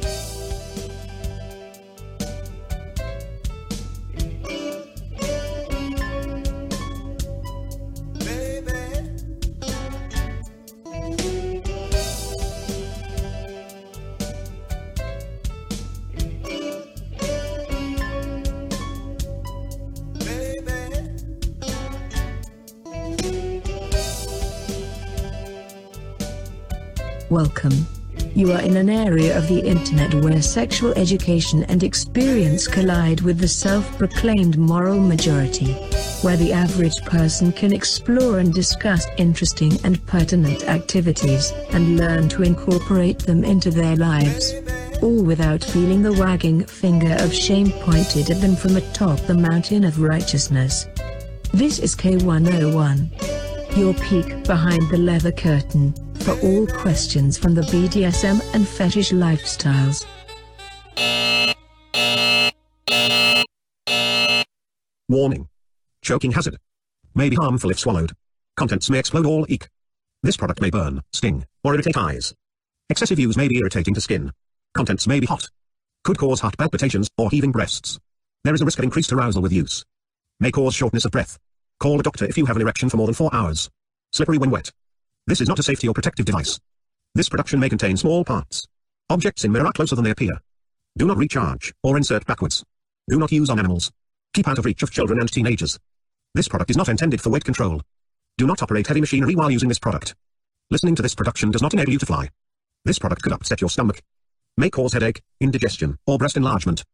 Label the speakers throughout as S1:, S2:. S1: Welcome. You are in an area of the internet where sexual education and experience collide with the self proclaimed moral majority. Where the average person can explore and discuss interesting and pertinent activities, and learn to incorporate them into their lives. All without feeling the wagging finger of shame pointed at them from atop the mountain of righteousness. This is K101. Your peek behind the leather curtain for all questions from the BDSM and fetish lifestyles.
S2: Warning. Choking hazard. May be harmful if swallowed. Contents may explode or leak. This product may burn, sting, or irritate eyes. Excessive use may be irritating to skin. Contents may be hot. Could cause heart palpitations or heaving breasts. There is a risk of increased arousal with use. May cause shortness of breath. Call a doctor if you have an erection for more than four hours. Slippery when wet. This is not a safety or protective device. This production may contain small parts. Objects in mirror are closer than they appear. Do not recharge or insert backwards. Do not use on animals. Keep out of reach of children and teenagers. This product is not intended for weight control. Do not operate heavy machinery while using this product. Listening to this production does not enable you to fly. This product could upset your stomach. May cause headache, indigestion, or breast enlargement.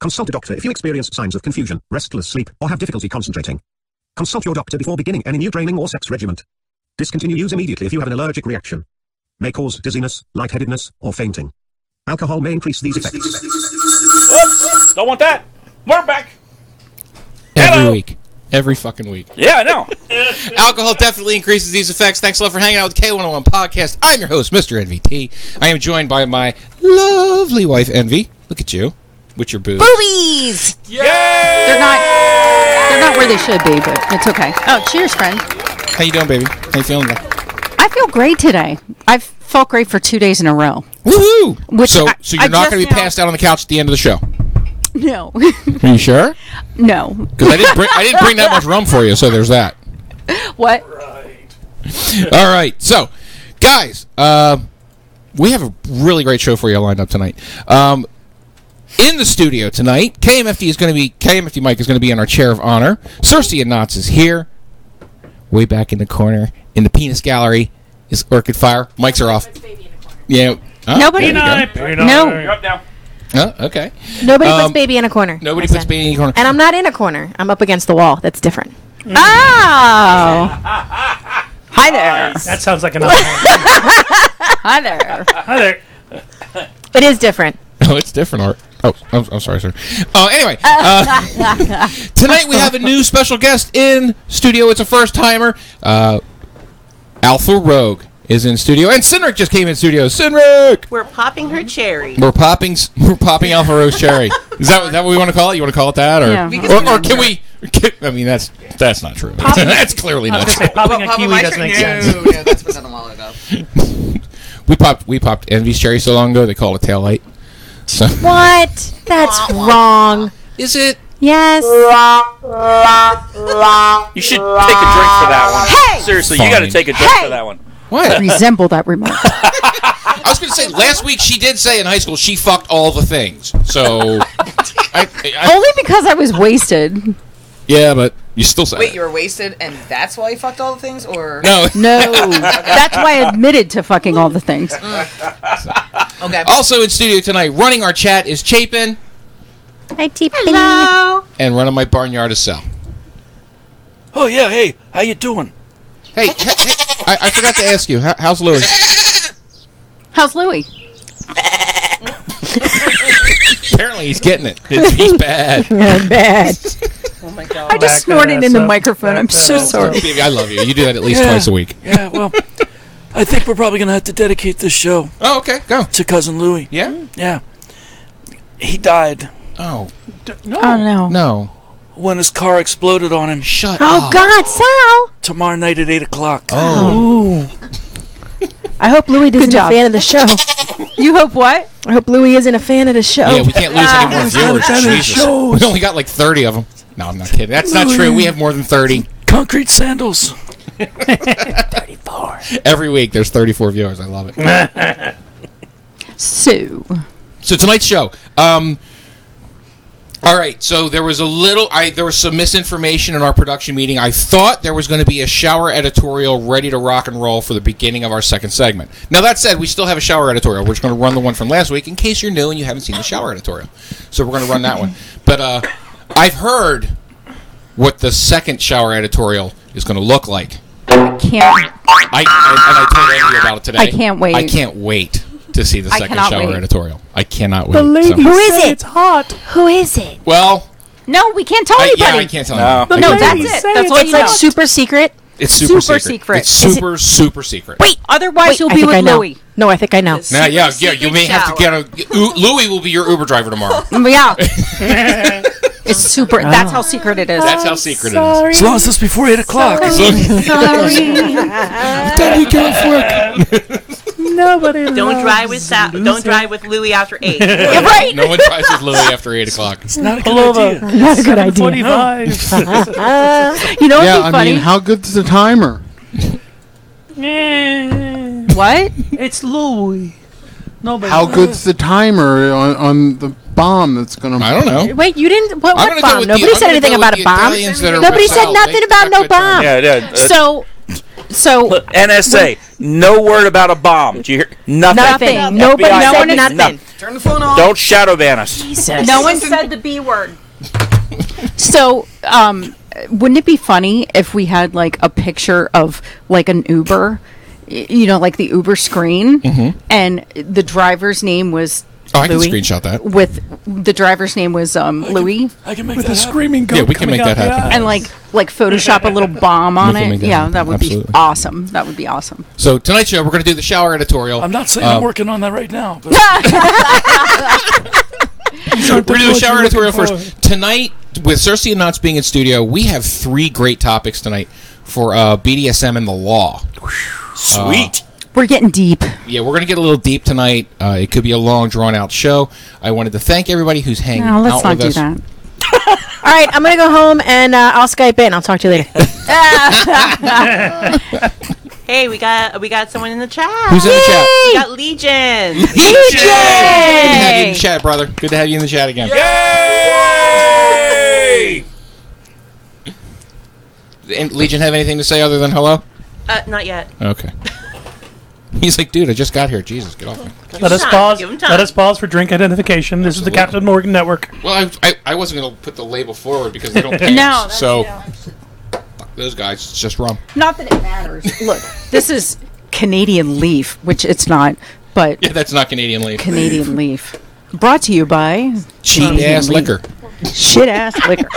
S2: Consult a doctor if you experience signs of confusion, restless sleep, or have difficulty concentrating. Consult your doctor before beginning any new training or sex regimen. Discontinue use immediately if you have an allergic reaction. May cause dizziness, lightheadedness, or fainting. Alcohol may increase these effects.
S3: Oops, don't want that. We're back.
S4: Every
S3: Hello.
S4: week. Every fucking week.
S3: Yeah, I know.
S4: Alcohol definitely increases these effects. Thanks a lot for hanging out with K101 Podcast. I'm your host, Mr. NVT. I am joined by my lovely wife, Envy. Look at you with your boobs.
S5: boobies.
S3: Yay!
S5: They're not. They're not where they should be, but it's okay. Oh, cheers, friend.
S4: How you doing, baby? How you feeling?
S5: I feel great today. I've felt great for two days in a row.
S4: Woohoo!
S5: Which
S4: so,
S5: I-
S4: so you're
S5: I
S4: not going to
S5: just
S4: be
S5: now-
S4: passed out on the couch at the end of the show.
S5: No,
S4: Are you sure?
S5: no.
S4: Because I didn't bring I didn't bring that much rum for you, so there's that.
S5: What?
S4: All right, so guys, uh, we have a really great show for you lined up tonight. Um, in the studio tonight, KMFD is going to be KMFD Mike is going to be in our chair of honor. Cersei and Knots is here. Way back in the corner in the penis gallery is Orchid Fire. Mics are off. Yeah. Oh,
S5: Nobody-
S4: there you go.
S5: No,
S3: Up now.
S4: Oh, okay.
S6: Nobody puts
S4: Um,
S6: baby in a corner.
S4: Nobody
S6: I
S4: puts
S6: said.
S4: baby in a corner.
S6: And I'm not in a corner. I'm up against the wall. That's different.
S7: Mm.
S5: Oh. Hi there.
S7: That sounds like an option.
S5: Hi there.
S7: Hi there.
S6: It is different.
S4: Oh, it's different art. Oh, I'm, I'm sorry, sir. Oh, anyway, uh, tonight we have a new special guest in studio. It's a first timer. Uh, Alpha Rogue is in studio, and Cynric just came in studio. Cynric,
S8: We're popping her cherry.
S4: we're popping, s- we're popping Alpha Rogue's cherry. Is that is that what we want to call it? You want to call it that, or
S5: Yeah. We
S8: can-
S4: or, or can we? Can, I mean, that's that's not true. that's clearly not true.
S7: Popping a kiwi doesn't make sense.
S8: No, no, that's been a while ago.
S4: We popped we popped Envy's cherry so long ago they call it tail light. So
S6: What? That's wrong.
S4: is it?
S6: Yes.
S3: You should take a drink for that one.
S6: Hey!
S3: Seriously, you got to
S4: Fine.
S3: take a drink
S6: Hey!
S3: for that one.
S4: What?
S5: Resemble that remark.
S4: I was going to say last week she did say in high school she fucked all the things. So, I, I,
S5: Only because I was wasted.
S4: yeah, but you still said
S8: Wait,
S4: it.
S8: you were wasted, and that's why you fucked all the things, or
S4: no.
S5: No. That's why I admitted to fucking all the things.
S8: Okay.
S4: Also in studio tonight, running our chat is Chapin,
S6: Hi, T Hello.
S4: and running my barnyard is Sal.
S3: Oh yeah, hey, how you doing?
S4: Hey, hey, hey, I, I forgot to ask you, how, how's Louis?
S5: How's Louie?
S4: Apparently he's getting it. It's- he's bad.
S5: Bad. I
S7: Back
S5: just snorted
S7: that
S5: in the
S7: ass up.
S5: microphone. I'm so sorry.
S4: Baby, I love you. You do that at least
S9: Yeah.
S4: twice a week.
S9: Yeah, well, I think we're probably gonna have to dedicate this show
S4: Oh, okay, go.
S9: to cousin Louie.
S4: Yeah.
S9: Yeah, he died
S4: Oh
S5: Oh no.
S4: no.
S9: when his car exploded on him
S4: Shut
S5: Oh
S4: up. Oh.
S5: God, Sal!
S9: tomorrow night at eight o'clock.
S5: I hope Louie
S6: Isn't
S5: doesn't
S6: a fan of the show.
S5: You hope what?
S6: I hope Louie isn't a fan of the show.
S5: Oh.
S4: Yeah, we can't lose any more viewers.
S9: that it
S4: Jesus.
S9: shows.
S4: We only got like 30 of them. No, I'm not kidding. That's not true. We have more than 30.
S9: Concrete sandals.
S4: Every week there's 34 viewers. I love it.
S5: Sue.
S4: So tonight's show, um, All right, so there was a little, I there was some misinformation in our production meeting. I thought there was going to be a shower editorial ready to rock and roll for the beginning of our second segment. Now that said, we still have a shower editorial. We're just going to run the one from last week in case you're new and you haven't seen the shower editorial. So we're going to run that one. But uh, I've heard what the second shower editorial is going to look like.
S5: Can't.
S4: I and, and I told Andy about it today.
S5: I can't wait.
S4: I can't wait to see the
S5: I
S4: second
S5: cannot
S4: shower
S5: wait.
S4: editorial. I cannot wait. so-
S6: Who
S7: said
S6: is it?
S7: It's hot.
S6: Who is it?
S4: well,
S5: No, we can't tell
S4: I,
S5: anybody.
S4: yeah, I can't tell you.
S6: The
S5: No,
S6: lady
S5: that's it.
S6: said
S5: That's all
S6: it's
S5: you
S6: like
S5: know.
S6: super secret.
S4: It's super,
S5: Super
S4: secret.
S5: secret.
S4: It's
S6: Is it-
S4: super super secret.
S5: Wait, otherwise you'll
S6: I
S5: be
S6: think I
S5: with
S6: know.
S5: Louie.
S6: No, I think I know.
S4: Now, yeah, yeah, you
S10: secret
S4: may have to get a. U- Louis will be your Uber driver tomorrow.
S5: Yeah. it's super. That's how secret it is.
S4: That's how secret it
S2: As long as it's before 8
S5: Oh,
S2: o'clock.
S4: is. what time are you going for work?
S6: Nobody.
S10: Don't drive with Sal- Don't drive with Louie after eight.
S5: Yeah, right.
S4: No one drives with Louis after eight o'clock.
S2: It's not a good idea.
S6: Not a good idea. Uh,
S5: You know what'd
S11: Yeah,
S5: be
S11: I
S5: funny?
S11: mean, how good's the timer?
S5: what?
S7: it's Louis. Nobody.
S11: How good's the timer on, on the bomb that's gonna?
S4: I don't know.
S6: Wait, you didn't. What,
S4: I'm
S6: what
S4: gonna go
S6: bomb?
S4: with the-
S6: Nobody
S4: I'm
S6: said
S4: gonna
S6: anything
S4: go with
S6: about
S4: the
S6: a bomb.
S4: Italians that are
S6: Nobody
S4: Brazil.
S6: said nothing
S4: They-
S6: about
S4: that's
S6: no
S4: what they're-
S6: bomb.
S2: Yeah, yeah. uh,
S6: So, so
S2: NSA, no word about a bomb. Do you hear? Nothing.
S6: nothing. Nobody
S2: FBI,
S6: said
S5: no
S6: nothing.
S10: Turn the phone off.
S2: Don't shadow ban us.
S6: Jesus.
S5: No one said the B word. So, um, wouldn't it be funny if we had like a picture of like an Uber, y- you know, like the Uber screen, and the driver's name was
S4: Mm-hmm. Oh, I can
S5: Louis?
S4: screenshot that.
S5: with the driver's name was um, Louis,
S2: I can make that happen.
S4: yeah, we can make that happen.
S5: and like like Photoshop a little bomb on
S4: can
S5: it.
S4: make that
S5: yeah,
S4: happen.
S5: that would
S4: Absolutely.
S5: be awesome. That would be awesome.
S4: So tonight's show, we're going to do the shower editorial. Uh,
S2: I'm not saying I'm working on that right now. But
S4: We're going to do the shower editorial first. Tonight, with Cersei and Knots being in studio, we have three great topics tonight for uh, BDSM and the law. uh,
S2: sweet.
S5: We're getting deep.
S4: Yeah, we're going to get a little deep tonight. Uh, it could be a long, drawn out show. I wanted to thank everybody who's hanging
S5: No, let's
S4: out
S5: not
S4: with
S5: do
S4: us.
S5: that.
S6: All right, I'm gonna go home and uh, I'll Skype in. I'll talk to you later.
S10: Hey, we got we got someone in the chat.
S4: Who's in the chat?
S10: We got Legion.
S4: Good to have you in the chat, brother. Good to have you in the chat again.
S2: Yay!
S4: And Legion have anything to say other than hello?
S10: Uh, not yet.
S4: Okay. He's like, dude, I just got here. Jesus, get off me.
S7: Let us
S10: time,
S7: pause.
S10: give him time.
S7: Let us pause for drink identification. This is the Captain Morgan Network.
S4: Well, I, I, I wasn't going to put the label forward because they don't pay
S5: No,
S4: us. So, fuck those guys. It's just rum.
S5: Not that it matters. Look, this is Canadian Leaf, which it's not, but
S4: Yeah, that's not Canadian label.
S5: Canadian Leaf. Brought to you by
S4: Cheap ass
S5: Canadian
S4: liquor.
S5: Shit ass liquor.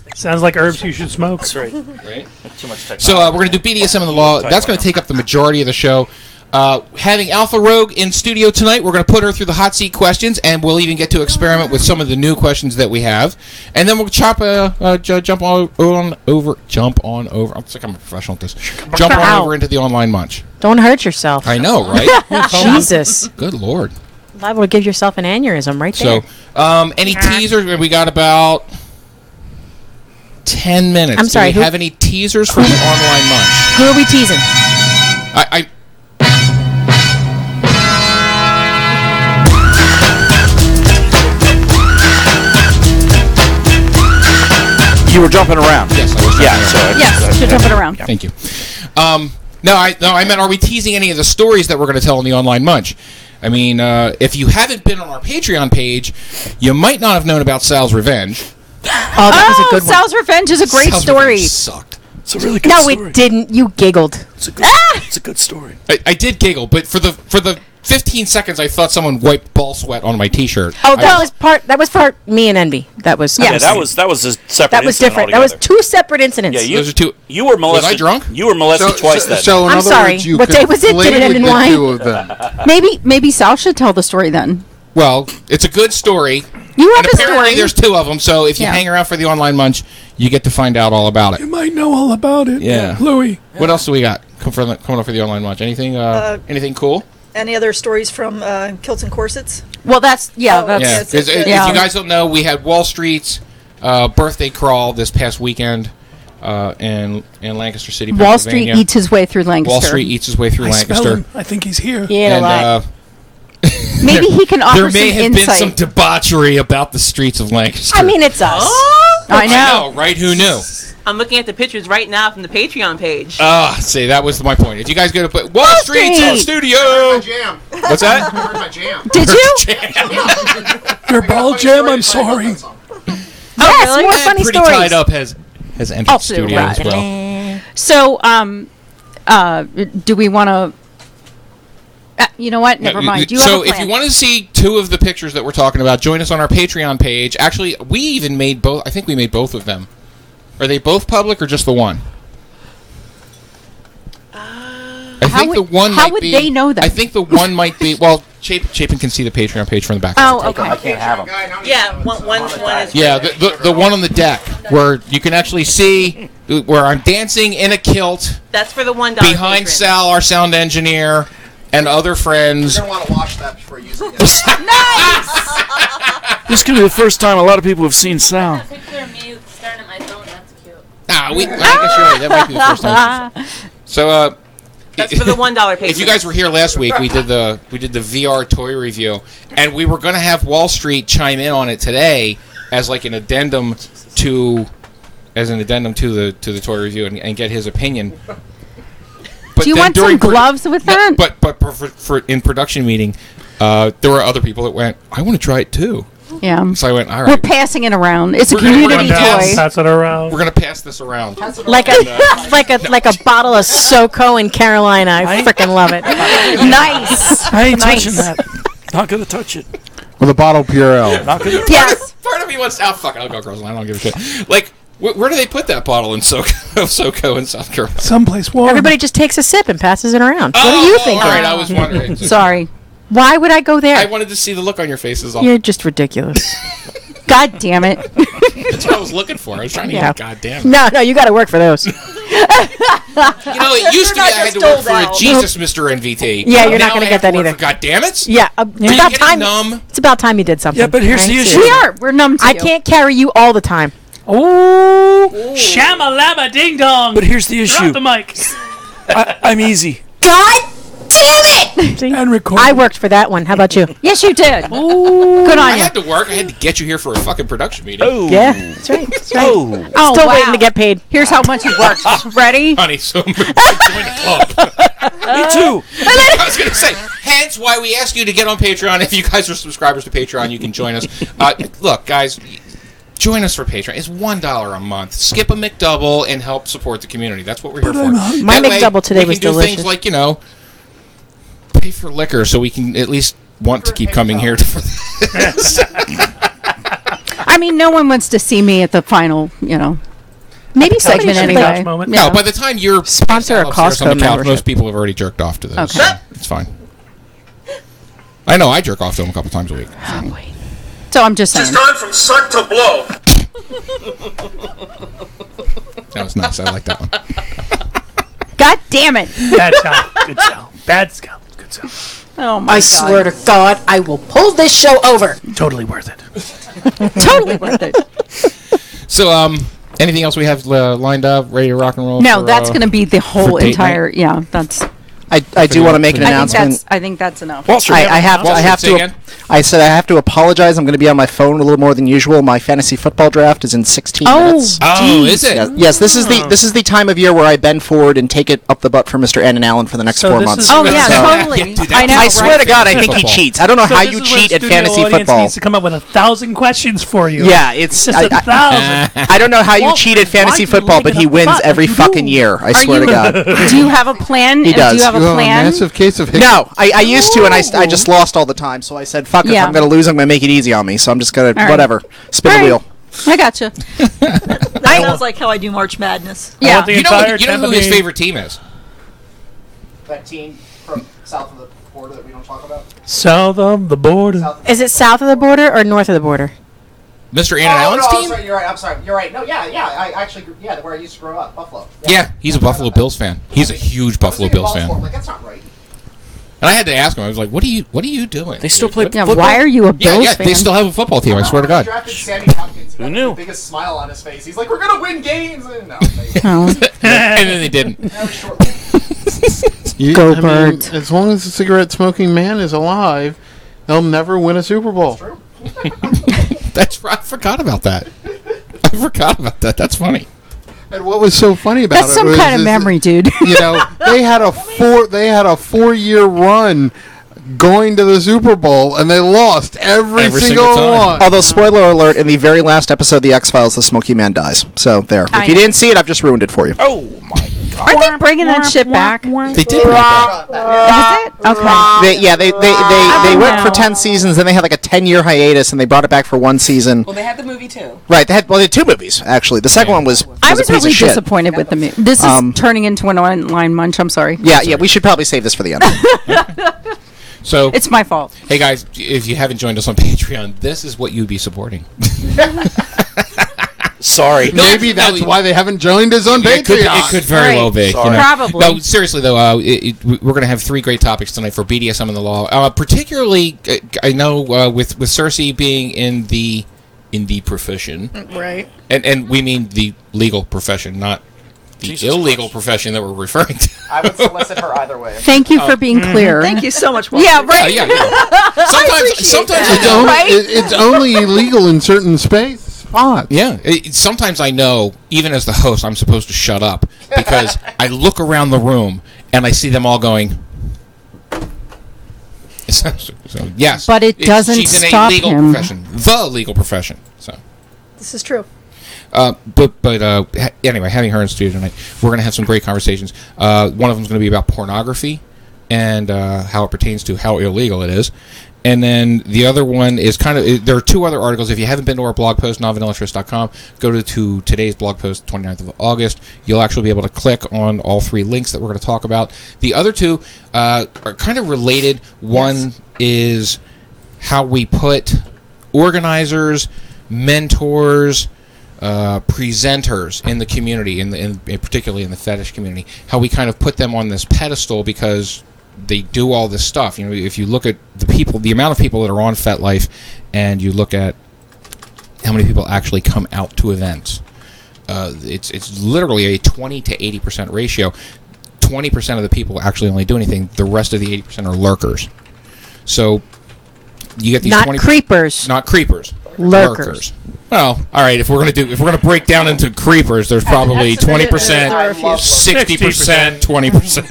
S7: Sounds like herbs you should smoke.
S2: Oh, That's right.
S4: Right?
S2: Too much technology.
S4: So uh, we're going to do BDSM and the law. That's going to take up the majority of the show. Uh, having Alpha Rogue in studio tonight, we're going to put her through the hot seat questions, and we'll even get to experiment with some of the new questions that we have, and then we'll chop uh, uh, j- jump on, on over, jump on over. I'm it's like I'm a professional at this. Jump on
S6: Ow.
S4: over into the online munch.
S6: Don't hurt yourself.
S4: I know, right?
S6: Jesus,
S4: Good lord.
S6: liable to give yourself an aneurysm right there.
S4: So, um, any teasers? We got about ten minutes.
S6: I'm sorry,
S4: Do we
S6: who-
S4: have any teasers for the online munch?
S6: Who are we teasing?
S4: I.
S2: You were jumping around.
S4: I yes, I was.
S2: Yeah. So I-
S5: yes, you're jumping around.
S4: Thank you. Um, no, I no, I meant, are we teasing any of the stories that we're going to tell in the online munch? I mean, uh, if you haven't been on our Patreon page, you might not have known about Sal's Revenge.
S6: Oh, that was a
S5: Oh,
S6: good one.
S5: Sal's Revenge is a great
S4: Sal's
S5: story.
S4: Revenge sucked.
S2: It's a really good
S6: No,
S2: story.
S6: it didn't. You giggled.
S2: It's a good,
S5: Ah!
S2: it's a good story.
S4: I, I did giggle, but for the for the 15 seconds, I thought someone wiped ball sweat on my T-shirt.
S6: Oh,
S4: I-
S6: that was part. That was part. Me and Envy. That was.
S2: Yeah, that was that was a separate.
S6: That was
S2: incident
S6: different. That
S2: Altogether.
S6: was two separate incidents.
S2: Yeah, you,
S4: Those are two.
S2: you were molested.
S4: I drunk?
S2: You were molested twice
S11: so,
S2: then.
S11: so in
S6: I'm
S11: other
S6: sorry.
S11: Words, you
S6: What day was it? Did it end
S11: conflated
S6: in
S11: the
S6: wine?
S11: two of them.
S5: Maybe maybe Sal should tell the story then.
S4: Well, it's a good story.
S5: You have
S4: And
S5: a
S4: apparently,
S5: story.
S4: there's two of them. So if you
S5: Yeah.
S4: hang around for the online munch, you get to find out all about it.
S2: might know all about it.
S4: Yeah.
S2: Louis.
S4: What else do we got Come for the, coming up for the online munch? Anything? Uh, anything cool?
S12: Any other stories from uh, Kilts and Corsets?
S5: well, that's yeah.
S12: Oh,
S5: that's,
S4: Yeah.
S12: Yes, it's
S4: If- if,
S5: good.
S4: you guys don't know, we had Wall Street's uh, birthday crawl this past weekend uh, in in Lancaster City,
S5: Wall Street
S4: Pennsylvania.
S5: eats his way through Lancaster.
S4: Wall Street eats his way through
S2: I
S4: Lancaster, uh,
S2: smell him. I think he's here.
S6: Yeah, a
S4: and
S6: lot.
S4: uh,
S5: Maybe he can offer
S4: There may
S5: some
S4: have
S5: insight.
S4: been some debauchery about the streets of Lancaster.
S5: I mean, it's us. I know.
S4: right? Who knew?
S10: Oh! I'm looking at the pictures right now from the Patreon page.
S4: Ah, see, that was my point. If you guys go to play Wall
S10: Wall
S4: Street's in
S10: Street!
S4: studio,
S11: jam.
S4: What's that?
S11: I heard my jam.
S5: Did you?
S2: Your ball jam, I'm sorry.
S5: yes, more
S4: And
S5: funny
S4: pretty
S5: stories.
S4: tied up has has entered
S5: Also
S4: studio
S5: Oh, right.
S4: as well.
S5: So, um, uh, do we want to? Uh, you know what? Never
S4: No,
S5: mind. You
S4: so
S5: have a
S4: if you
S5: plan.
S4: want to see two of the pictures that we're talking about, join us on our Patreon page. Actually, we even made both. I think we made both of them. Are they both public or just the one? I
S5: Uh, How
S4: think the
S5: would-
S4: one.
S5: how
S4: might
S5: would
S4: be-
S5: they know that?
S4: I think the one might be. Well, Chapin, Chapin can see the Patreon page from the back.
S5: Oh, okay. I
S13: can't have
S10: them. Yeah, one, one, one is.
S4: Yeah, the, the, the one on the deck where you can actually see where I'm dancing in a kilt
S10: That's for the one dollar.
S4: behind Sal, our sound engineer, and other friends.
S13: want to wash that before using it.
S2: This could be the first time a lot of people have seen Sal.
S4: Ah, we. I guess you're right. That might be the first time.
S5: Ah.
S4: So, uh,
S10: That's for the one dollar page.
S4: if you guys were here last week, we did the we did the VR toy review, and we were going to have Wall Street chime in on it today as like an addendum to as an addendum to the to the toy review and, and get his opinion. But
S5: do you
S4: then
S5: want some
S4: during pro-
S5: gloves with that?
S4: But but for, for, for in production meeting, uh, there were other people that went. I want to try it too.
S5: yeah.
S4: So I went. All
S5: We're
S4: right.
S5: passing it around. It's
S4: We're
S5: a
S4: gonna- we're
S5: community
S4: gonna
S5: toy.
S4: pass-
S7: Pass it around.
S4: We're gonna pass this around.
S6: Like
S4: And, uh,
S6: a like a like a bottle of SoCo in Carolina. I freaking love it. nice.
S2: I ain't
S6: Nice.
S2: touching that. Not gonna touch it.
S11: With a bottle of
S4: Oh.
S11: Purell.
S2: Not gonna.
S4: Yes. Part of me wants. Oh fuck! it, I'll go girls' line. I don't give a shit. Like, wh- where do they put that bottle in SoCo, of SoCo in South Carolina?
S7: Someplace warm.
S6: Everybody just takes a sip and passes it around. what do you think?
S4: All right, Oh, I was wondering.
S6: Sorry. Why would I go Oh, there?
S4: I wanted to see the look on your faces. All.
S6: You're just ridiculous.
S5: God damn it.
S4: That's what I was looking for. I was trying to.
S6: Yeah.
S4: get Goddamn.
S6: No, no, you got to work for those.
S4: You know, it used to be I had to work for a Jesus, Mister NVT.
S6: Yeah, you're not
S4: Now
S6: gonna
S4: I
S6: get
S4: have
S6: that
S4: to work
S6: either.
S4: For, God damn it!
S6: Yeah, uh,
S4: Are
S6: it's
S4: you
S6: about
S4: getting
S6: time.
S4: numb?
S6: It's about time you did something.
S2: Yeah, but here's the issue.
S6: We
S2: We
S6: are.
S2: are.
S5: We're numb to
S6: I
S5: you.
S6: can't carry you all the time.
S2: Oh.
S7: Ooh. Shamalama ding dong.
S2: But here's the issue.
S7: Drop the mic.
S2: I, I'm easy.
S6: God damn it!
S2: And record.
S6: I worked for that one. How about you?
S5: Yes, you did. Good
S4: I
S5: on you.
S4: had to work. I had to get you here for a fucking production meeting.
S2: Oh.
S6: Yeah, that's right. That's right.
S2: Oh.
S5: Oh,
S6: Still
S5: wow.
S6: waiting to get paid.
S5: Here's how much you worked. Ready?
S4: Honey, so join the club.
S2: Me too.
S4: I was going to say, hence why we ask you to get on Patreon. If you guys are subscribers to Patreon, you can join us. Uh, look, guys, join us for Patreon. It's one dollar a month. Skip a McDouble and help support the community. That's what we're here for.
S6: My
S4: That way,
S6: McDouble today
S4: we can
S6: was
S4: do
S6: delicious.
S4: Things like you know, pay for liquor, so we can at least want to keep coming here. For this.
S5: I mean, no one wants to see me at the final, you know,
S6: Maybe somebody
S5: segment
S6: should
S5: anyway.
S6: like,
S7: moment.
S5: Yeah.
S4: no, by the time you're
S6: sponsor a
S4: upstairs on
S6: Costco
S4: the couch,
S6: membership.
S4: most people have already jerked off to those.
S5: Okay.
S4: so it's fine. I know I jerk off to them a couple times a week.
S5: so I'm just saying.
S14: gone from suck to blow.
S4: That was nice. I like that one.
S5: God damn it.
S7: Bad sound. Good sound. Bad sound. Good sound.
S5: Oh my
S13: I
S5: God.
S13: swear to God, I will pull this show over.
S7: Totally worth it.
S5: Totally worth it.
S4: So, um, anything else we have uh, lined up, ready to rock and roll?
S5: No,
S4: for,
S5: that's
S4: uh,
S5: going to be the whole
S4: for date
S5: entire. Yeah, that's.
S13: I, I do want to make an
S5: I
S13: announcement.
S5: think that's. I think that's enough.
S2: Wall Street.
S13: I, I have to. I
S4: Wall
S13: have
S4: Street, say
S13: to. I said I have to apologize. I'm going to be on my phone a little more than usual. My fantasy football draft is in 16
S5: Oh,
S13: minutes.
S4: Oh, is it?
S13: Yes, yes, this is the this is the time of year where I bend forward and take it up the butt for Mr. Ann and Allen for the next
S7: So
S13: four
S7: this
S13: months.
S7: is-
S5: Oh yeah,
S13: So-
S5: totally.
S4: Yeah, dude,
S5: I know.
S4: that-
S13: I
S5: right?
S13: swear to God, I think he
S4: Football.
S13: cheats. I don't know
S7: So
S13: how
S7: this
S13: you
S7: is when
S13: cheat at
S7: studio
S13: fantasy
S7: audience
S13: football.
S7: Needs to come up with a thousand questions for you.
S13: Yeah, it's-
S7: just a
S13: I- I-
S7: thousand.
S13: I don't know how you
S7: Walt,
S13: cheat at
S7: why
S13: fantasy
S7: you
S13: football, but
S7: licking
S13: he
S7: up
S13: wins
S7: butt
S13: every
S7: like you?
S13: fucking year. I
S5: Are
S13: swear
S5: you,
S13: to God.
S5: Do you have a plan?
S13: He
S5: Do
S13: does.
S5: you have a
S11: You have a
S5: plan?
S11: massive case of hiccups.
S13: No, I, I used to, and I, s- I just lost all the time. So I said, "Fuck it,
S5: Yeah.
S13: I'm gonna lose. I'm gonna make it easy on me. So I'm just gonna
S5: right.
S13: whatever, spin
S5: All
S13: the
S5: right.
S13: wheel."
S5: I gotcha.
S12: That sounds like how I do March Madness.
S5: Yeah.
S7: the
S4: You know,
S7: entire
S4: you know who
S7: Tampa
S4: his
S7: Bay-
S4: favorite team is?
S13: That team from south of the border that we don't talk about.
S7: South of the border.
S6: Is it south of the border or north of the border?
S4: Mr.
S13: Oh,
S4: Ann and Allen's team?
S13: You're right. I'm sorry. You're right. No, yeah, yeah. I actually, yeah, where I used to grow up, Buffalo.
S4: Yeah, he's a Buffalo Bills fan. He's a huge Buffalo Bills fan. And
S13: Like that's not right.
S4: I had to ask him. I was like, "What are you? What are you doing?"
S2: They still play
S4: What-
S5: Yeah,
S2: football.
S5: why are you a
S4: Yeah,
S5: Bills
S4: yeah.
S5: fan?
S4: They still have a football team. I swear to God.
S13: Drafted Sammy Hopkins.
S2: Who knew? the
S13: biggest smile on his face. He's like, "We're gonna win games." No,
S4: and then they didn't.
S11: You,
S6: Go
S11: I mean,
S6: Birds.
S11: as long as the cigarette smoking man is alive, They'll never win a Super Bowl.
S4: That's right. I forgot about that. I forgot about that. That's funny.
S11: And what was so funny about
S5: That's
S11: it
S5: some
S11: was
S5: kind of
S11: is that-
S5: memory, dude.
S11: you know, they had a four they had a four year run going to the Super Bowl and they lost every, single, one.
S13: Although, spoiler alert, in the very last episode of The X Files, the Smoky Man dies. So, there. If
S5: I-
S13: you didn't see it, I've just ruined it for you.
S5: Are they bringing that shit back?
S13: They did bring it back.
S5: Is it? Okay.
S13: They, yeah, they, they, they, they went for 10 seasons, then they had like a 10 year hiatus, and they brought it back for one season.
S10: Well, they had the movie too.
S13: Right, they had, well, they had two movies, actually. The second one was. was
S5: I
S13: a
S5: was
S13: piece of
S5: really
S13: shit.
S5: disappointed with the movie. This is
S13: Um,
S5: turning into an online munch. I'm sorry.
S13: Yeah, yeah, we should probably save this for the end.
S4: So
S5: It's my fault.
S4: Hey guys, if you haven't joined us on Patreon, this is what you'd be supporting. Sorry.
S11: Maybe that's why they haven't joined us on
S4: It could,
S11: Patreon.
S4: it could very well be. you know.
S5: Probably.
S4: No, seriously though, uh, it, it- we- we're going to have three great topics tonight for BDSM and the law. Uh, particularly, uh, I know uh, with with Cersei being in the in the profession,
S12: Right.
S4: and and we mean the legal profession, not the illegal profession that we're referring to.
S13: I would solicit her either way.
S5: Thank you
S4: Oh.
S5: for being clear.
S12: Thank you so much.
S5: Yeah,
S12: Walter.
S11: Uh,
S5: right.
S4: yeah, yeah. Sometimes, sometimes I
S11: It's
S4: don't.
S11: only, it- it's only illegal in certain space spots.
S4: Yeah, it, it- sometimes I know, even as the host, I'm supposed to shut up because I look around the room and I see them all going. So, so, yes,
S5: But it
S4: It's-
S5: doesn't
S4: she's in
S5: stop
S4: a legal
S5: him.
S4: profession, the legal profession. So,
S12: This is true.
S4: uh, but but uh, ha- anyway, having her in studio tonight, we're going to have some great conversations. Uh, one of them's going to be about pornography and uh, how it pertains to how illegal it is. And then the other one is kind of there are two other articles. If you haven't been to our blog post, nonvanillatris.com, go to, to today's blog post, 29th of August. You'll actually be able to click on all three links that we're going to talk about. The other two uh, are kind of related. One is how we put organizers, mentors, uh, presenters in the community, in, the, in particularly in the fetish community, how we kind of put them on this pedestal because they do all this stuff. You know, if you look at the people, the amount of people that are on FetLife, and you look at how many people actually come out to events, uh, it's it's literally a twenty to eighty percent ratio. Twenty percent of the people actually only do anything. The rest of the eighty percent are lurkers. So you get these
S6: Not
S4: 20
S6: creepers.
S4: not creepers,
S6: Lurkers.
S4: Well, all right. If we're gonna do, if we're gonna break down into creepers, there's probably twenty
S6: There are a few.
S4: percent, sixty percent, twenty percent.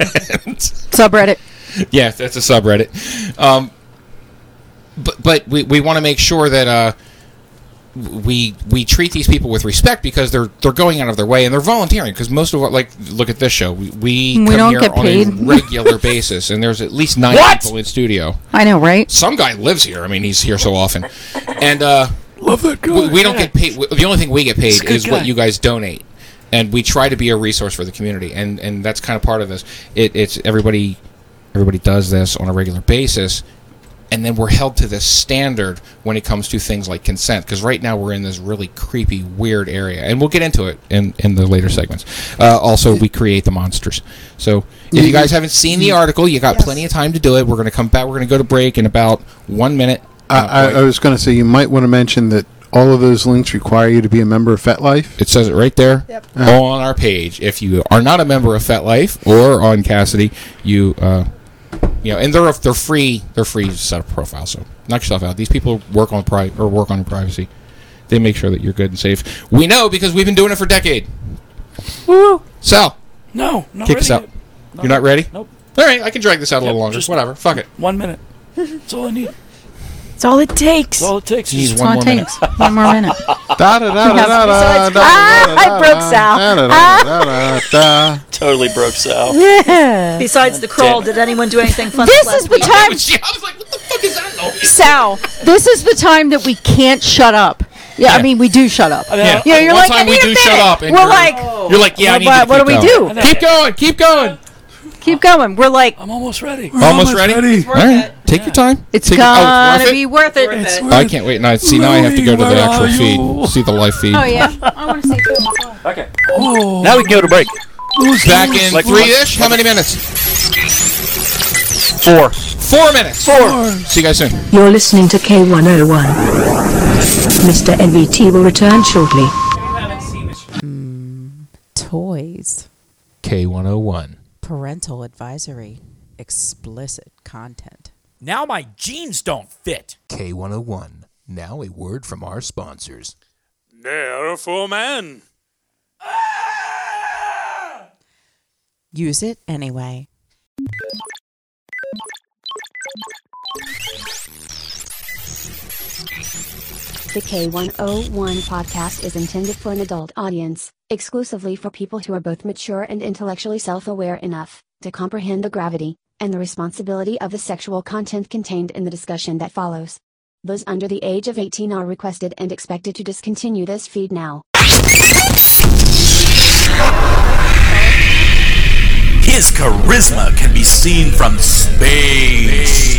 S5: Subreddit.
S4: Yeah, that's a subreddit. Um, but but we, we want to make sure that uh, we we treat these people with respect because they're they're going out of their way and they're volunteering because most of what like look at this show we, we,
S5: We
S4: come
S5: don't
S4: here
S5: get
S4: on
S5: paid.
S4: a regular basis and there's at least nine
S5: What?
S4: people in studio.
S5: I know, right?
S4: Some guy lives here. I mean, he's here so often, and uh, love that guy. We, we don't get paid. The only thing we get
S2: He's
S4: paid
S2: a good
S4: is what
S2: guy.
S4: you guys donate, and we try to be a resource for the community, and and that's kind of part of this. It, it's everybody, everybody does this on a regular basis, and then we're held to this standard when it comes to things like consent, because right now we're in this really creepy, weird area, and we'll get into it in in the later segments. Uh, also, we create the monsters, so if you guys haven't seen the article, you got plenty of time to do it. We're going to come back. We're going to go to break in about one minute.
S11: I, I, I was going to say you might want to mention that all of those links require you to be a member of FetLife. Uh,
S4: It says it right there
S11: Oh. Uh-huh.
S4: on our page. If you are not a member of FetLife or on Cassidy, you uh, you know, and they're they're free. They're free to set up a profile. So knock yourself out. These people work on pri- or work on privacy. They make sure that you're good and safe. We know because we've been doing it for a decade. Woo! Sal,
S2: No, not
S4: kick
S2: ready
S4: us out.
S2: yet.
S4: you're not ready.
S2: Nope.
S4: All right, I can drag this out a little
S2: Yep,
S4: longer.
S2: just
S4: Whatever. Fuck it.
S2: One minute. That's all I need.
S6: It's all it takes.
S2: That's all it takes.
S4: Jeez,
S2: Just-
S4: one more minute.
S5: One more minute.
S6: I broke
S4: Uh,
S6: Sal.
S11: Ah.
S2: Totally broke Sal.
S6: Yeah.
S12: Besides the crawl, did anyone do anything fun?
S5: This
S12: last
S5: is
S4: Oh,
S5: the
S12: week?
S5: time. Sal, this is the time that we can't shut up. Yeah, I mean we do shut up.
S4: Yeah.
S5: Yeah, you're
S4: One
S5: like,
S4: time
S5: I
S4: we
S5: need a
S4: do
S5: minute.
S4: shut up and
S5: We're
S4: you're-
S5: like,
S4: You're like, yeah, I
S5: what,
S4: need to keep
S5: what do we
S4: going.
S5: do?
S4: Keep going. Keep going.
S5: Keep going. We're like,
S2: I'm almost ready.
S4: Almost ready. All right, take your time.
S5: it's
S4: Take your- oh,
S5: gonna
S4: worth it?
S5: be worth it.
S4: I can't wait. Now, see, now I have to go to the
S2: Where
S4: actual
S2: are
S4: feed, see the live feed.
S5: Oh yeah, I want to say.
S2: Okay.
S4: Oh.
S2: Now we can go to break.
S4: Back in
S2: Like
S4: three-ish. How many minutes?
S2: Four.
S4: Four minutes. Four. See you guys soon.
S1: You're listening to K101. Mr. NVT will return shortly.
S14: Toys.
S4: K101.
S14: Parental advisory. Explicit content.
S9: Now my jeans don't fit.
S4: K101. Now a word from our sponsors.
S15: There for man.
S16: Use it anyway.
S17: The K101 podcast is intended for an adult audience, exclusively for people who are both mature and intellectually self aware enough to comprehend the gravity and the responsibility of the sexual content contained in the discussion that follows. Those under the age of 18 are requested and expected to discontinue this feed now.
S9: His charisma can be seen from space.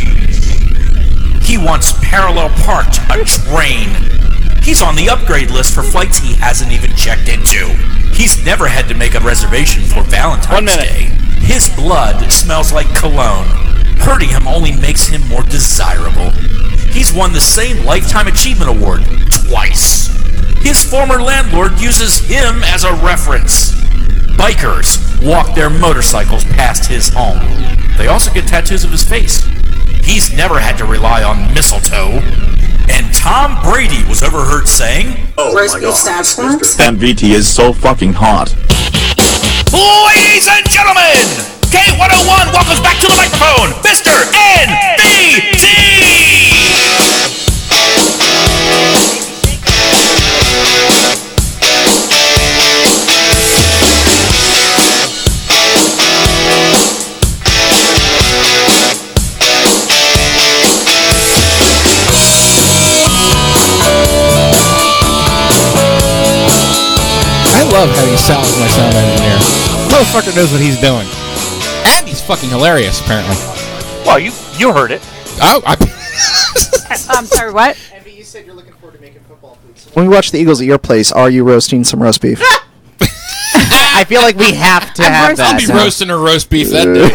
S9: He wants parallel parked a train. He's on the upgrade list for flights he hasn't even checked into. He's never had to make a reservation for Valentine's Day. His blood smells like cologne. Hurting him only makes him more desirable. He's won the same Lifetime Achievement Award twice. His former landlord uses him as a reference. Bikers walk their motorcycles past his home. They also get tattoos of his face. He's never had to rely on mistletoe. And Tom Brady was overheard saying, Oh my God.
S8: And VT is so fucking hot.
S9: Ladies and gentlemen, K101 welcomes back to the microphone, Mr. NBT!
S4: I love how he sounds my sound engineer. Motherfucker knows what he's doing. And he's fucking hilarious, apparently.
S18: Well, you you heard it.
S4: Oh, I,
S5: I'm sorry, what?
S13: When we watch the Eagles at your place, are you roasting some roast beef?
S16: I feel like we have to have
S4: I'll be roasting or roast beef that day.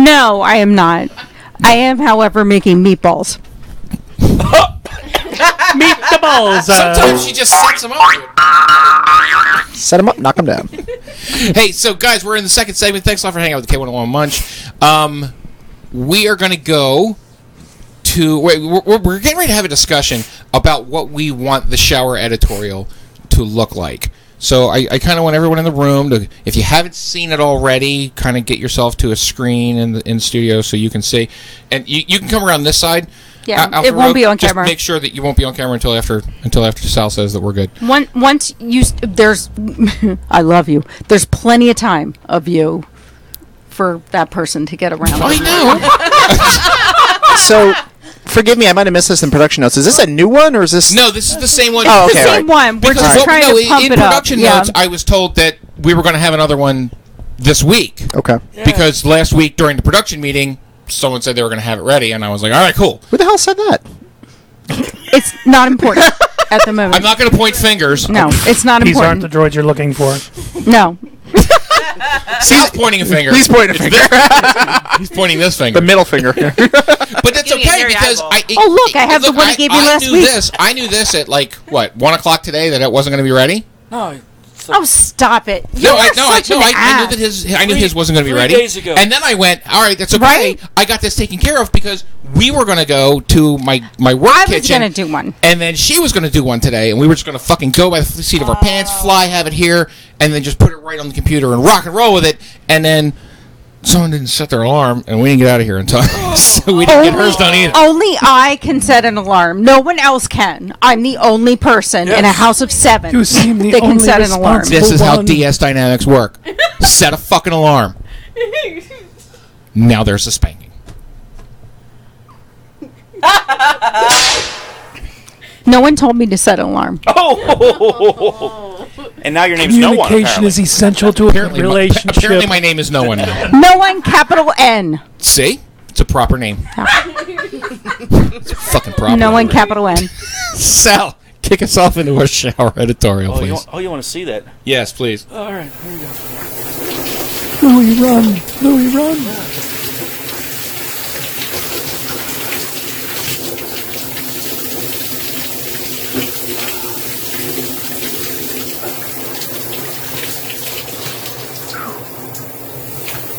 S5: No, I am not. I am, however, making meatballs.
S7: meatballs.
S4: Sometimes she just sets him up.
S13: Set him up, knock him down.
S4: hey, so guys, we're in the second segment. Thanks a lot for hanging out with K101 Munch. Um, we are going to go to. Wait, we're, we're- we're getting ready to have a discussion about what we want the shower editorial to look like. So I, I kind of want everyone in the room to, if you haven't seen it already, kind of get yourself to a screen in the, in the studio so you can see, and you, you can come around this side.
S5: Yeah,
S4: Al- Alpha
S5: it won't
S4: Rogue,
S5: be on
S4: just
S5: camera.
S4: Make sure that you won't be on camera until after until after Sal says that we're good.
S5: One, once you, s- there's, I love you. There's plenty of time of you for that person to get around. I
S4: know.
S13: so, forgive me, I might have missed this in production notes. Is this a new one or is this?
S4: No, this is the same one.
S13: Oh, okay,
S5: the same
S13: all right.
S5: one. We're just trying to
S4: in-
S5: pump
S4: in
S5: it up,
S4: production
S5: yeah.
S4: notes, I was told that we were going to have another one this week.
S13: Okay.
S4: Because last week during the production meeting, someone said they were going to have it ready, and I was like, "All right, cool."
S13: Who the hell said that?
S5: It's not important at the moment.
S4: I'm not going to point fingers.
S5: No, it's not
S7: These aren't
S5: important.
S7: the droids you're looking for.
S5: No.
S4: Sal's pointing a finger.
S7: He's pointing a
S4: It's
S7: finger.
S4: this- he's pointing this finger. The
S13: middle finger.
S4: but that's okay because I.
S5: oh look, I have
S4: look,
S5: the one
S4: I,
S5: he gave me
S4: I
S5: last
S4: knew
S5: week.
S4: This. I knew this at like what one o'clock today that it wasn't going to be ready.
S5: No. Oh, stop it. You
S4: No, I,
S5: are
S4: no, I,
S5: such
S4: no
S5: an
S4: I, I knew
S5: ass.
S4: that his I knew
S5: Three-
S4: his wasn't going to be
S5: three
S4: ready.
S5: days ago.
S4: And then I went, all right, that's okay. I got this taken care of because we were going to go to my my work
S5: I was
S4: kitchen.
S5: gonna do one.
S4: and then she was going to do one today, and we were just going to fucking go by the seat of our pants, fly, have it here, and then just put it right on the computer and rock and roll with it. And then someone didn't set their alarm, and we didn't get out of here in time, so we didn't get hers done either.
S5: Only I can set an alarm. No one else can. I'm the only person in a house of seven
S4: You
S7: seem
S5: that can set an alarm.
S4: This is how DS Dynamics work. Set a fucking alarm. Now there's a spanking.
S5: No one told me to set an alarm.
S18: Oh! and now your name's no one.
S7: Communication
S18: apparently.
S7: is essential to a relationship.
S4: Apparently, my name is no one now.
S5: No one, capital N.
S4: See? It's a proper name. it's a fucking proper.
S5: No one, capital N.
S4: Sal, kick us off into our shower editorial,
S18: Oh, you,
S4: please.
S18: want- oh, you want to see that?
S4: Yes, please.
S18: All right, here we go.
S7: Louis, run! Louis, run!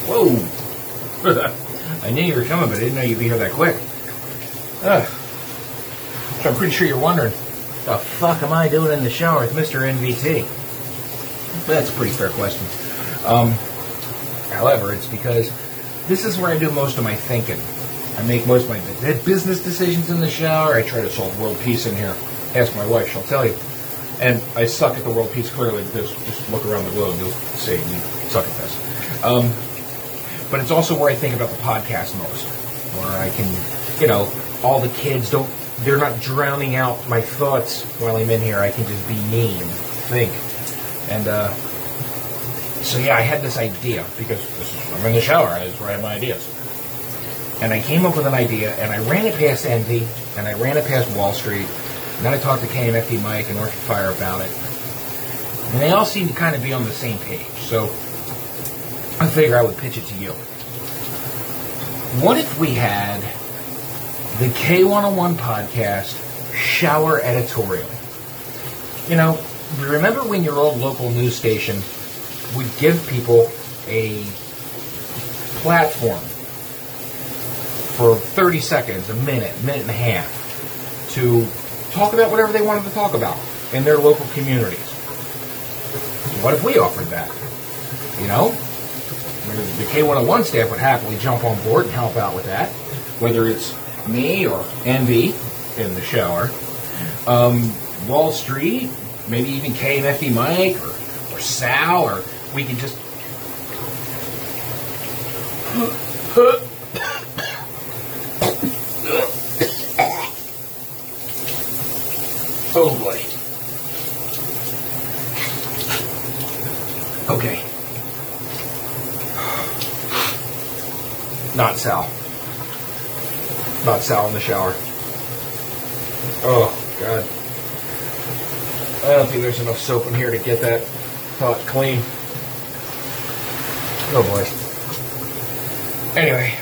S3: Whoa! I knew you were coming, but I didn't know you'd be here that quick. Ugh. So I'm pretty sure you're wondering, the fuck am I doing in the shower with Mr. NVT? That's a pretty fair question. Um, however, it's because this is where I do most of my thinking. I make most of my bu- business decisions in the shower. I try to solve world peace in here. Ask my wife; she'll tell you. And I suck at the world peace clearly. Just, just look around the globe; you'll see we suck at this. Um, but it's also where I think about the podcast most, where I can, you know, all the kids don't, they're not drowning out my thoughts while I'm in here. I can just be me and think. And, uh, so yeah, I had this idea because this is, I'm in the shower, I just write my ideas. And I came up with an idea and I ran it past Envy and I ran it past Wall Street. And then I talked to KMFD Mike and Orchard Fire about it. And they all seem to kind of be on the same page. So I figure I would pitch it to you. What if we had the K101 podcast shower editorial? You know, remember when your old local news station would give people a platform for 30 seconds, a minute, minute and a half to talk about whatever they wanted to talk about in their local communities? What if we offered that? You know, the K101 staff would happily jump on board and help out with that, whether it's me or Envy in the shower, um, Wall Street, maybe even KMFD E Mike or, or Sal, or we could just. Oh boy. Okay. Not Sal. Not Sal in the shower. Oh, God. I don't think there's enough soap in here to get that thought clean. Oh, boy. Anyway.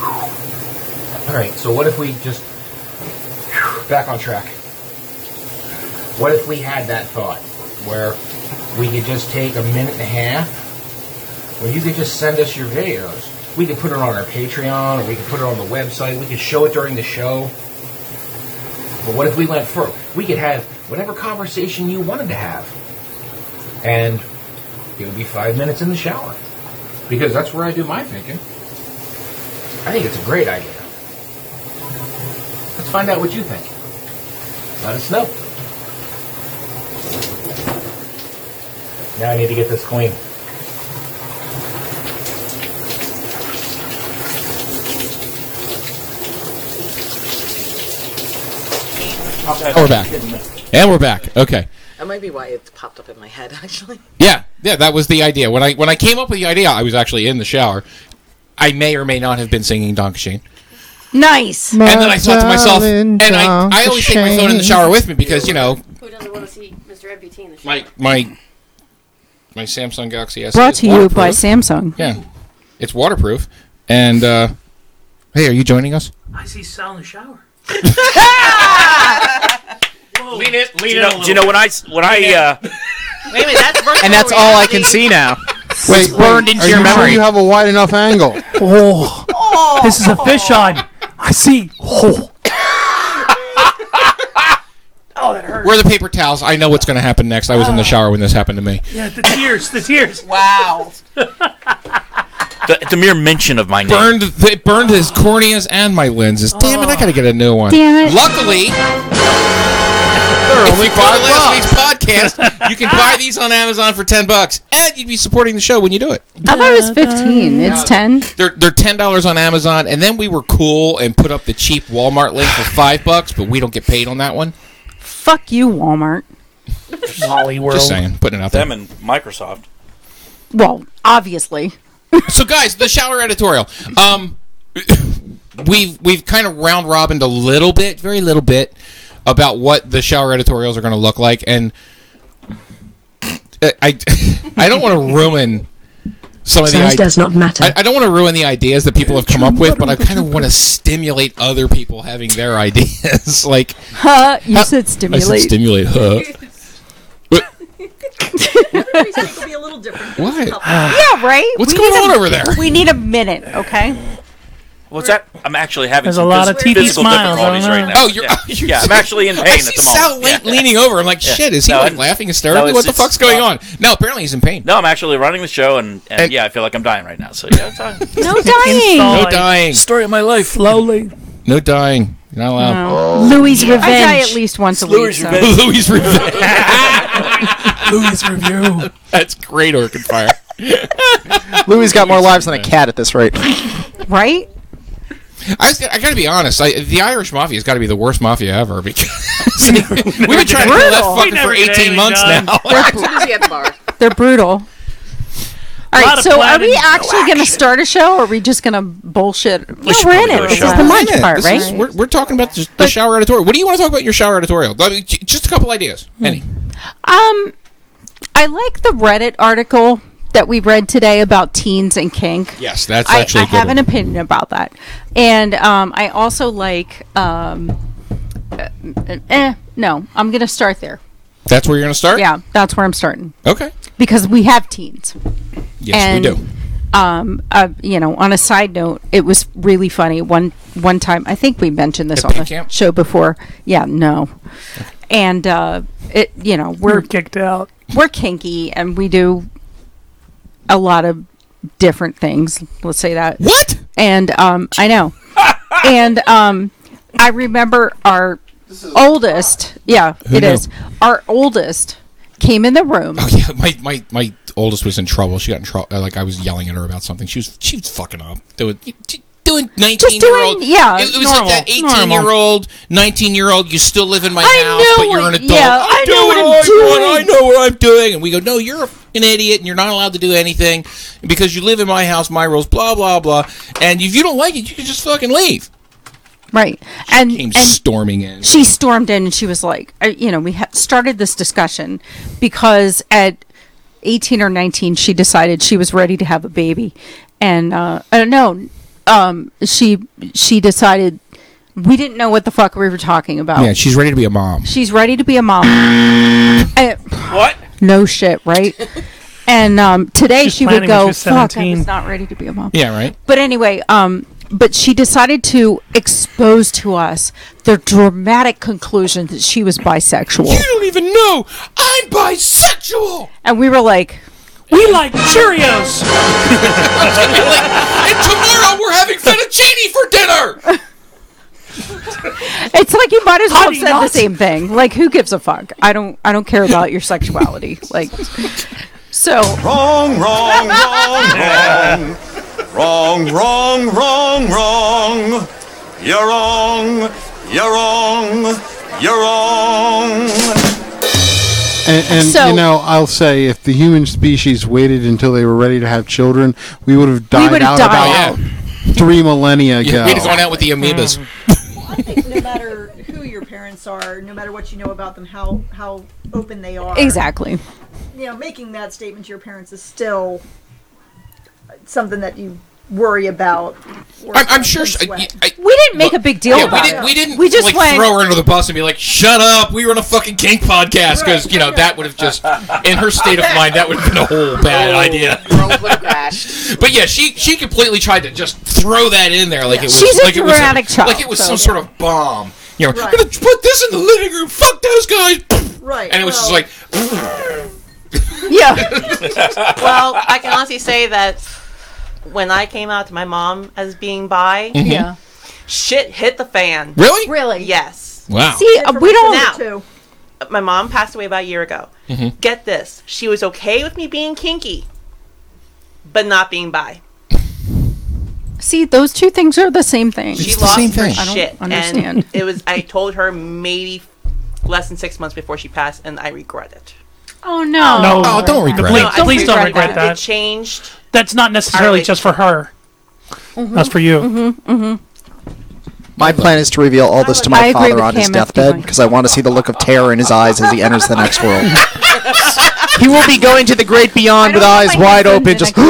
S3: All right, so what if we just. Back on track. What if we had that thought where we could just take a minute and a half? Where you could just send us your videos. We could put it on our Patreon, or we could put it on the website. We could show it during the show. But what if we went further? We could have whatever conversation you wanted to have, and it would be five minutes in the shower, because that's where I do my thinking. I think it's a great idea. Let's find out what you think. Let us know. Now I need to get this clean.
S4: Oh, we're back. And we're back. Okay.
S19: That might be why it popped up in my head, actually.
S4: Yeah, yeah, that was the idea. When I when I came up with the idea, I was actually in the shower. I may or may not have been singing Donkey Shane.
S5: Nice.
S4: And then I thought to myself, and I, I always take my phone in the shower with me because you know
S20: Who doesn't want to see Mr. MPT in the show?
S4: my my my Samsung Galaxy S.
S5: Brought
S4: is
S5: to you by
S4: waterproof.
S5: Samsung.
S4: Yeah, it's waterproof. And uh, hey, are you joining us?
S3: I see Sal in the shower.
S9: Lean it,
S3: lean
S9: do
S3: it
S9: you
S3: a
S9: know, Do you know when I s- when I uh,
S10: Wait a minute, that's virtual
S13: And that's all I
S10: reality.
S13: can see now.
S11: Wait, wait, are you Sure you have a wide enough angle.
S7: oh, this is a fish on. I see. Oh,
S4: We're the paper towels. I know what's going to happen next. I was in
S5: Uh.
S4: the shower when this happened to me.
S7: yeah, the tears, the tears.
S10: Wow.
S4: The, mere mention of my name burned. It burned his corneas and my lenses. Damn it! I got to get a new one.
S5: Damn
S4: it! Luckily, If you go to last week's podcast, you can buy these on Amazon for ten bucks, and you'd be supporting the show when you do it.
S5: I thought it was 15. It's 10.
S4: They're they're ten dollars on Amazon, and then we were cool and put up the cheap Walmart link for five bucks, but we don't get paid on that one.
S5: Fuck you, Walmart.
S7: Molly
S18: uh,
S7: World.
S4: Just saying, putting it out there.
S9: them and Microsoft.
S5: Well, obviously.
S4: so guys, the shower editorial. Um, we've we've kind of round robined a little bit, very little bit, about what the shower editorials are going to look like, and I I, I don't want to ruin some of the
S1: Size
S4: ide-
S1: does not matter.
S4: I, I don't want to ruin the ideas that people have come up with, but I kind of want to stimulate other people having their ideas. like
S5: Huh? You said
S4: I said
S5: stimulate.
S4: stimulate. Huh. But
S12: Every take will be a little different. Give us a couple.
S5: yeah, right.
S9: What's
S5: We need
S9: going
S5: a-
S9: on over there?
S5: We need a minute, okay?
S9: What's that? I'm actually having
S5: There's
S9: some
S5: a lot of
S9: phys-
S5: teepee
S9: physical
S5: smiles,
S9: difficulties
S5: I
S9: right
S5: don't
S9: now.
S5: know.
S4: Oh, you're-
S9: yeah.
S4: you're-
S9: yeah, I'm actually in
S4: I
S9: pain at
S4: see
S9: the moment.
S4: Sal Link leaning over. I'm like, shit, is he, like, laughing hysterically? What the fuck's going on? No, apparently he's in pain.
S9: No, I'm actually running the show, and, and, yeah, I feel like I'm dying right now. So yeah, it's fine.
S5: No
S4: dying. No dying.
S2: Story of my life.
S7: Slowly.
S4: No dying. You're not allowed.
S5: Louis' revenge. I die
S4: Revenge.
S5: at least once a week.
S4: Louis'
S5: so-
S4: Revenge. Louis' Revenge.
S7: Louis' Review.
S4: That's great, Orchid Fire.
S13: Louis got more lives than a cat at this rate.
S5: right?
S4: I, was- I gotta be honest. I, the Irish mafia has got to be the worst mafia ever because we've been trying to kill that
S5: Brutal. Oh, We
S4: fucker
S5: never
S4: for
S5: did
S4: 18
S5: anything
S4: months
S5: done.
S4: now.
S5: They're br- They're brutal. All
S4: Lot
S5: right,
S4: of
S5: so are we
S4: planning, no
S5: actually going to start a show, or are we just going to bullshit? We are in it. This is the lunch
S4: Yeah,
S5: part,
S4: this
S5: right?
S4: is- we're, we're talking about the, the shower editorial. What do you want to talk about in your shower editorial? I mean, j- Just a couple ideas.
S5: Hmm.
S4: Any?
S5: Um, I like the Reddit article that we read today about teens and kink.
S4: Yes, that's
S5: I,
S4: actually
S5: I
S4: a good
S5: have
S4: one.
S5: an opinion about that, and um, I also like. Um, uh, eh, no, I'm gonna start there.
S4: That's where you're going to start.
S5: Yeah, that's where I'm starting
S4: Okay.
S5: because we have teens.
S4: Yes,
S5: and,
S4: we do.
S5: Um, uh, you know, on a side note, it was really funny one one time. I think we mentioned this
S4: At
S5: on the
S4: boot camp?
S5: show before. Yeah, no, and uh, it you know we're
S7: kicked out.
S5: We're kinky and we do a lot of different things. Let's say that.
S4: What?
S5: And um, I know. and um, I remember our oldest. Yeah,
S4: Who
S5: it
S4: knew? Oh,
S5: is. Our oldest came in the room.
S4: Yeah, my, my, my oldest was in trouble. She got in trouble. Like I was yelling at her about something. She was she was fucking up. Doing doing nineteen year old.
S5: yeah,
S4: it, it was
S5: normal,
S4: like that eighteen
S5: normal.
S4: year old, nineteen year old. You still live in my
S5: I
S4: house,
S5: know
S4: but you're an
S5: what-
S4: adult.
S5: yeah, I know what I'm
S4: doing. I
S5: doing.
S4: know what I'm doing. And we go, no, you're an idiot, and you're not allowed to do anything because you live in my house, my rules, blah blah blah. And if you don't like it, you can just fucking leave.
S5: Right. And,
S4: Came
S5: and
S4: storming in.
S5: she stormed in and she was like, I- you know, we ha- started this discussion because at 18 or 19, she decided she was ready to have a baby. And uh, I don't know. Um, she she decided we didn't know what the fuck we were talking about.
S4: Yeah, she's ready to be a mom.
S5: She's ready to be a mom. what? No shit, right? and um, today
S7: She's
S5: she would
S7: planning when
S5: go,
S7: she's
S5: "Fuck, I
S7: 17."
S5: was not ready to be a mom."
S4: Yeah, right.
S5: But anyway, um, but she decided to expose to us the dramatic conclusion that she was bisexual,
S4: don't even know I'm bisexual.
S5: and we were like,
S7: "We like Cheerios."
S4: and tomorrow we're having fettuccine for dinner.
S5: It's like you might as well have
S7: Honey
S5: said the
S7: nut.
S5: same thing. Like, who gives a fuck? I don't. I don't care about your sexuality. Like, so
S21: Wrong, wrong, wrong, wrong, wrong, wrong, wrong. You're wrong. You're wrong. You're wrong.
S11: And, and
S21: So-
S11: you know, I'll say, if the human species waited until they were ready to have children, we would have died
S5: would've
S11: out
S5: died
S11: about three millennia ago.
S4: We'd have gone out with the amoebas.
S12: I think no matter who your parents are, no matter what you know about them, how how open they are.
S5: exactly.
S12: You know, making that statement to your parents is still something that you worry about.
S4: I'm, I'm sure. She, I, I-
S5: We didn't make a big deal
S4: yeah,
S5: about
S4: we
S5: it.
S4: didn't. We didn't.
S5: We just
S4: like,
S5: went-
S4: throw her under the bus and be like, "Shut up! We were on a fucking kink podcast." Because you know that would have just, in her state of mind, that would have been a whole bad
S5: Oh,
S4: idea. but yeah, she she completely tried to just throw that in there, like it was
S5: She's a
S4: like it was
S5: dramatic child,
S4: like it was
S5: so-
S4: some sort of bomb. You know,
S12: Right.
S4: "We're gonna put this in the living room. Fuck those guys.
S12: Right,
S4: And it was just like,
S5: Yeah.
S10: well, I can honestly say that when I came out to my mom as being bi,
S4: Mhm. Yeah.
S10: shit hit the fan.
S4: Really?
S5: Really?
S10: Yes.
S4: wow.
S5: See, uh, we don't.
S10: Now, my mom passed away about a year ago.
S4: Mhm.
S10: Get this. She was okay with me being kinky, but not being bi.
S5: See, those two things are the same thing.
S10: She lost her
S5: I don't
S10: shit.
S5: understand.
S10: And it was I told her maybe less than six months before she passed, and I regret it.
S5: oh no.
S7: No. Oh, don't regret
S10: No,
S7: it.
S10: I
S7: Please- please don't regret
S10: It
S7: that.
S10: changed.
S7: That's not necessarily just for her. That's for you.
S10: Mm-hmm, mm-hmm.
S13: My plan is to reveal all this to
S5: I
S13: my
S5: agree
S13: father
S5: with
S13: on his
S5: Cam after
S13: deathbed because I want to see the look of terror in his eyes as he enters the next world. he will be going to the great beyond with eyes wide open, just. and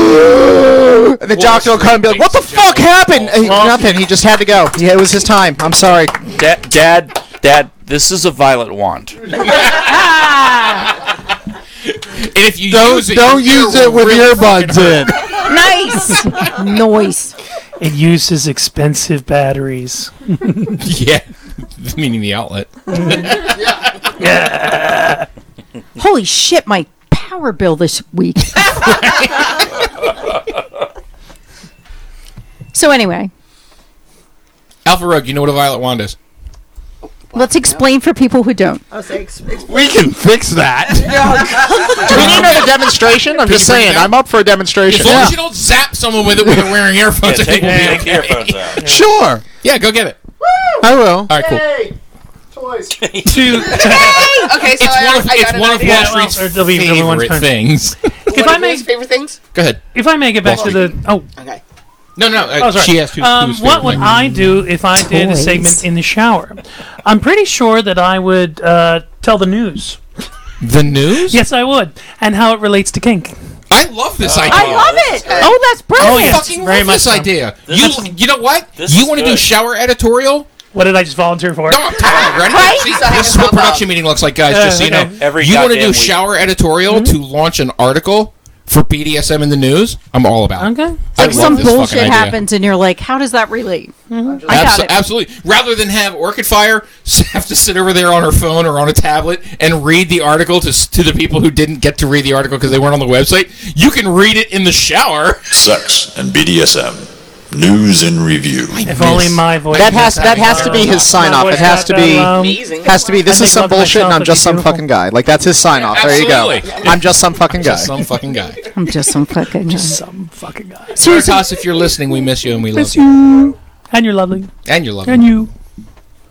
S13: the doctor will come and be like, "What the fuck happened? Uh, nothing. He just had to go. Yeah, it was his time. I'm sorry."
S9: Dad, dad, dad, this is a violet wand.
S4: And if you
S11: Don't-
S4: use it,
S11: don't
S4: your ear
S11: use it
S4: will
S11: with
S4: really
S11: earbuds
S4: fucking hurt.
S11: in.
S6: nice. Noise.
S7: It uses expensive batteries.
S4: yeah, meaning the outlet.
S5: Holy shit, my power bill this week. so anyway,
S4: Alpha Rogue, you know what a violet wand is?
S5: let's explain for people who don't.
S12: I'll say ex-
S13: We can fix that. Do we need another demonstration? I'm
S4: Can
S13: just
S4: you bring
S13: saying.
S4: down-
S13: I'm up for a demonstration.
S4: As long as you don't zap someone with it when you're wearing earphones,
S13: Yeah,
S4: I think
S13: take-
S4: we'll be
S13: take
S4: okay.
S13: your
S4: earphones out.
S13: Sure.
S4: Yeah, go get it.
S13: I will.
S4: All right, cool.
S11: Toys.
S19: okay, so
S4: it's
S19: I,
S4: one of,
S19: I
S4: it's
S19: got an
S4: one of
S19: idea.
S4: Wall Street's
S7: Yeah, well, it'll be everyone's
S4: favorite
S7: turn.
S4: things.
S7: If
S19: One
S7: I
S19: of
S7: may,
S19: his favorite things?
S4: Go ahead.
S7: if I may get back
S4: Wall
S7: to the oh,
S19: Okay.
S4: No, no. Uh,
S7: oh, sorry.
S4: She asked who,
S7: um,
S4: who's
S7: what would I do if I did a
S4: Toys.
S7: segment in the shower? I'm pretty sure that I would uh, tell the news.
S4: The news?
S7: Yes, I would, and how it relates to kink.
S4: I love this idea.
S7: I love
S5: it. Oh, that's brilliant.
S4: I fucking love this idea. You, you know what? You want to do shower editorial?
S7: What did I just volunteer for?
S4: No, I'm tired. Ready?
S7: Right?
S4: See,
S7: So I
S4: this is
S7: haven't thought
S4: what production
S7: about-
S4: meeting looks like, guys.
S7: Uh,
S4: just so you
S7: okay.
S4: know,
S7: Every
S4: you want to do
S7: goddamn week.
S4: shower editorial
S5: Mm-hmm.
S4: to launch an article for BDSM in the news? I'm all about. it.
S7: Okay.
S4: I
S5: Like
S4: love
S5: some
S4: this fucking
S5: bullshit
S4: idea.
S5: happens, and you're like, "How does that relate?" I got
S4: Abso-
S5: it.
S4: Absolutely. Rather than have Orchid Fire s- have to sit over there on her phone or on a tablet and read the article to, s- to the people who didn't get to read the article because they weren't on the website, you can read it in the shower.
S22: Sex and BDSM. News and review.
S7: If only my voice.
S13: That
S7: was
S13: has
S7: that
S13: that has to
S7: loud.
S13: be his sign
S7: My
S13: off.
S7: voice
S13: It has
S7: got
S13: to
S7: that
S13: be
S7: loud.
S13: has to be. This
S7: I
S13: is
S7: think
S13: some
S7: about
S13: bullshit, and
S7: myself,
S13: I'm just some
S7: it'd be
S13: fucking guy. Like that's his sign off. There you go.
S4: Absolutely.
S13: I'm just some fucking guy.
S4: Just some fucking guy.
S5: I'm just some fucking
S7: just some fucking guy.
S4: Veritas, if you're listening, we miss you and we love
S7: Miss
S4: you.
S7: you, and you're lovely,
S4: And you're lovely.
S7: and you.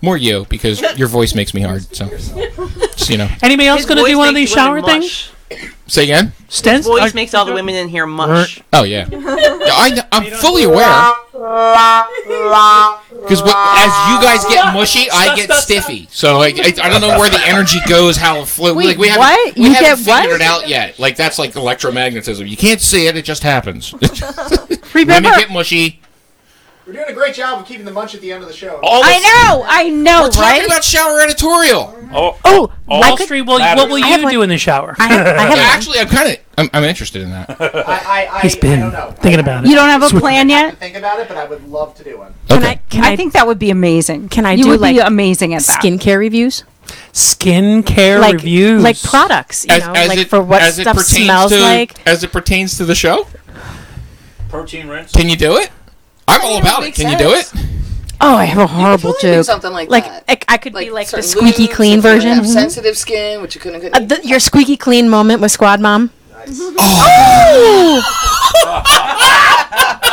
S4: More you, because your voice makes me hard. So, just, you know.
S7: Anybody else
S10: His
S7: gonna
S10: voice
S7: do one of
S10: makes
S7: these
S10: the
S7: shower
S10: women
S7: things?
S4: Say again?
S7: Stents?
S10: Voice makes all the women in here mush.
S4: Oh, yeah. I, kn- I'm fully aware. Because as you guys get mushy, I get stiffy. So I, I, I don't know where the energy goes, how it flows.
S5: Wait,
S4: like we haven't,
S5: what?
S4: We
S5: You
S4: haven't
S5: get what?
S4: figured it out yet. Like that's like electromagnetism. You can't see it; it just happens.
S5: Remember-
S4: Women get mushy.
S13: We're doing a great job of keeping the munch at the end of the show.
S5: I know, I know,
S4: We're talking
S5: right?
S4: about shower editorial.
S7: Oh,
S5: oh,
S7: Wall Street. Well, what will you do in the shower?
S4: Actually, I'm kind of I'm, I'm interested in that.
S7: He's been thinking about it.
S5: You don't have a
S7: Sweet.
S5: plan yet.
S13: Think about it, but I would love to do one.
S5: Can I? Can I, think that would be amazing. Can
S6: I
S5: You
S6: do,
S5: would be
S6: like,
S5: amazing at that.
S6: Skincare reviews.
S7: Skincare
S6: like
S7: reviews.
S6: like products. You know, like for what
S4: as it
S6: stuff
S4: pertains
S6: smells
S4: to,
S6: like.
S4: As it pertains to the show,
S23: Protein rinse.
S4: can you do it? I'm all about it.
S19: makes
S4: Can you do it?
S19: sense.
S5: Oh, I have a horrible
S19: You do
S5: joke.
S19: something like,
S6: Like,
S19: that.
S6: I- I could be like the
S19: certain
S6: squeaky
S19: lubes,
S6: clean
S19: if you
S6: version.
S19: Have
S6: Mhm.
S19: sensitive skin, which you couldn't get.
S6: Uh, the, your squeaky clean moment with Squad Mom.
S4: Oh!
S6: Oh!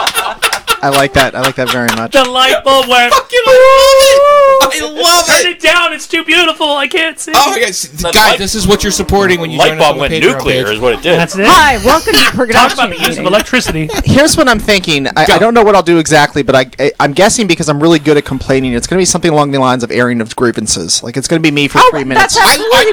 S13: I like that. I like that very much.
S7: The light bulb went. Fucking
S4: love
S7: it! I
S4: love
S7: Turn it down. It's too beautiful. I can't see.
S4: Oh my God, s- guys! this is what you're supporting when you
S23: Light
S4: join us
S23: bulb
S4: on the
S23: went
S4: Patreon
S23: nuclear
S4: page.
S23: is what it did.
S7: That's it.
S5: Hi, welcome to
S7: Talk about
S5: production.
S7: the use of electricity.
S13: Here's what I'm thinking. I, I don't know what I'll do exactly, but I, I I'm guessing because I'm really good at complaining. It's going to be something along the lines of airing of grievances. Like it's going to be me for
S5: Oh,
S13: three minutes.
S4: I,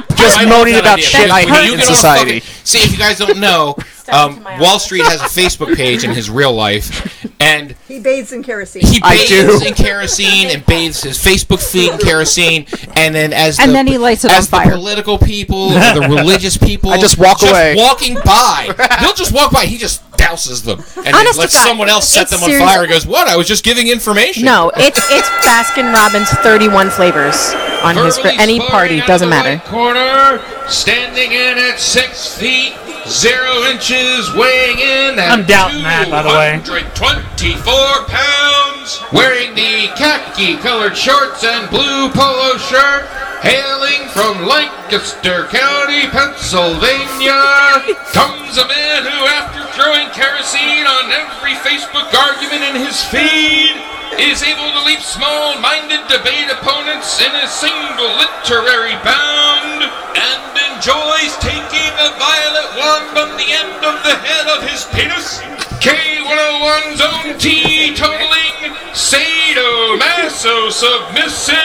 S4: I,
S13: Just
S4: I love
S13: moaning
S4: that
S13: about
S4: idea,
S13: shit
S4: because
S13: I
S4: when
S13: hate
S4: you
S13: in
S4: get on
S13: society.
S4: fucking- see, if you guys don't know, um, Wall Street has a Facebook page in his real life, and
S12: He bathes in kerosene.
S4: he bathes in kerosene and bathes his Facebook feed in kerosene, and then as
S5: And
S4: the,
S5: then he lights it
S4: as
S5: on
S4: the
S5: fire.
S4: political people, or the religious people,
S13: I just walk away.
S4: walking by. He'll just walk by. He just douses them, and then
S6: Honest to
S4: lets
S6: God,
S4: someone else set
S6: it's
S4: them on
S6: serious-
S4: fire. And goes, "What? I was just giving information."
S6: No, it's it's Baskin Robbins 31 flavors on his for
S4: Burmese
S6: any
S4: flurry
S6: party.
S4: out of
S6: Doesn't
S4: the
S6: matter.
S4: right Corner standing in at six feet zero inches, weighing in at
S7: I'm doubting that, by the way.
S4: 224 pounds, wearing the khaki-colored shorts and blue polo shirt, hailing from Lancaster County, Pennsylvania, comes a man who, after throwing kerosene on every Facebook argument in his feed, is able to leap small-minded debate opponents in a single literary bound and enjoys taking a violet wand from the end of the head of his penis. K101's own teetotaling, sadomaso submissive,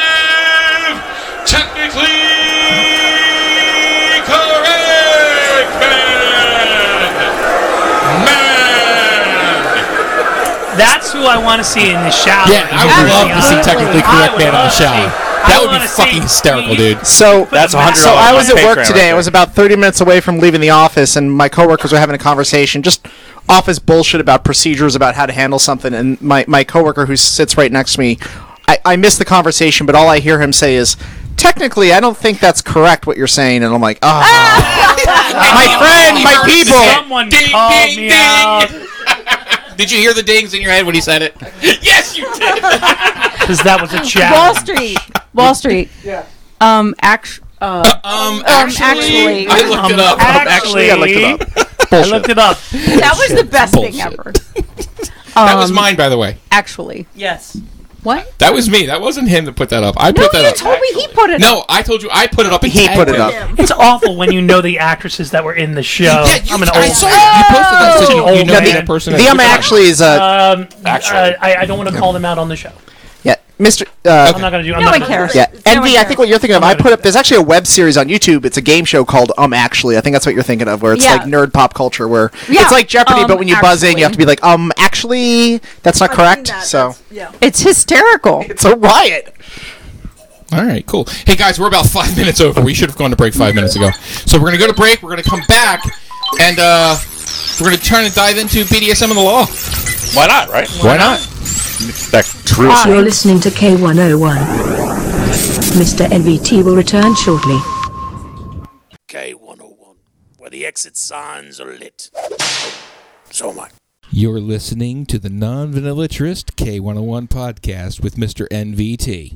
S4: technically correct man. Man.
S7: That's who I want to see in the shower.
S4: Yeah, I would love to see technically correct man in the shower. That would be fucking hysterical, dude.
S13: So
S4: That's a hundred
S13: So
S4: dollars
S13: I
S4: on
S13: was at
S4: Patreon
S13: work
S4: right
S13: today. I
S4: there.
S13: was about 30 minutes away from leaving the office, and my coworkers were having a conversation, just office bullshit about procedures, about how to handle something. And my my coworker who sits right next to me, I, I missed the conversation, but all I hear him say is, "Technically, I don't think that's correct what you're saying." And I'm like, ah.
S4: my
S13: friend, my people.
S7: Someone call me out.
S4: Did you hear the dings in your head when he said it? yes, you did.
S7: Because that was a chat.
S5: Wall Street. Wall Street.
S7: Yeah.
S5: Um. Act. Uh, um, actually,
S4: I looked it up.
S7: Um, Actually,
S4: I looked
S7: it up. I looked it up.
S5: that was the best thing ever.
S4: that was
S5: Um,
S4: mine, by the way.
S5: Actually, yes. What?
S4: That was me. That wasn't him that put that up. I
S5: No,
S4: put that
S5: you
S4: up.
S5: told me he put it.
S4: no, I told you I put it up. And
S13: He
S4: tagged
S13: put it
S4: him.
S13: up.
S7: It's awful when you know the actresses that were in the show. I'm an old.
S4: I saw you posted that. so
S7: Such an
S4: you- You
S7: old
S4: know
S7: man.
S4: that person.
S13: The um actually is a
S7: Um, uh, I, I don't want to call them out on the show.
S13: yeah, Mr. Uh,
S7: I'm not gonna do- I'm No not one gonna- cares.
S13: Yeah,
S7: No
S13: Envy.
S7: one
S13: I think what you're thinking of. I put up. There's actually a web series on YouTube. It's a game show called Um Actually. I think that's what you're thinking of, where it's
S5: Yeah.
S13: like nerd pop culture, where
S5: Yeah,
S13: it's like Jeopardy,
S5: Um,
S13: but when you buzz in, you have to be like, Um, actually, that's not correct. So
S5: it's hysterical.
S13: It's a riot.
S4: All right, cool. Hey guys, we're about five minutes over. We should have gone to break five minutes ago. So we're gonna go to break. We're gonna come back, and uh, we're gonna turn and dive into BDSM and the law. Why not? Right? Why not? That true.
S1: You're
S5: Ah.
S1: listening to K101. Mr. NVT will return shortly.
S24: K101, where the exit signs are lit. So am I.
S4: You're listening to the non-vanillatrist K101 podcast with Mr. NVT.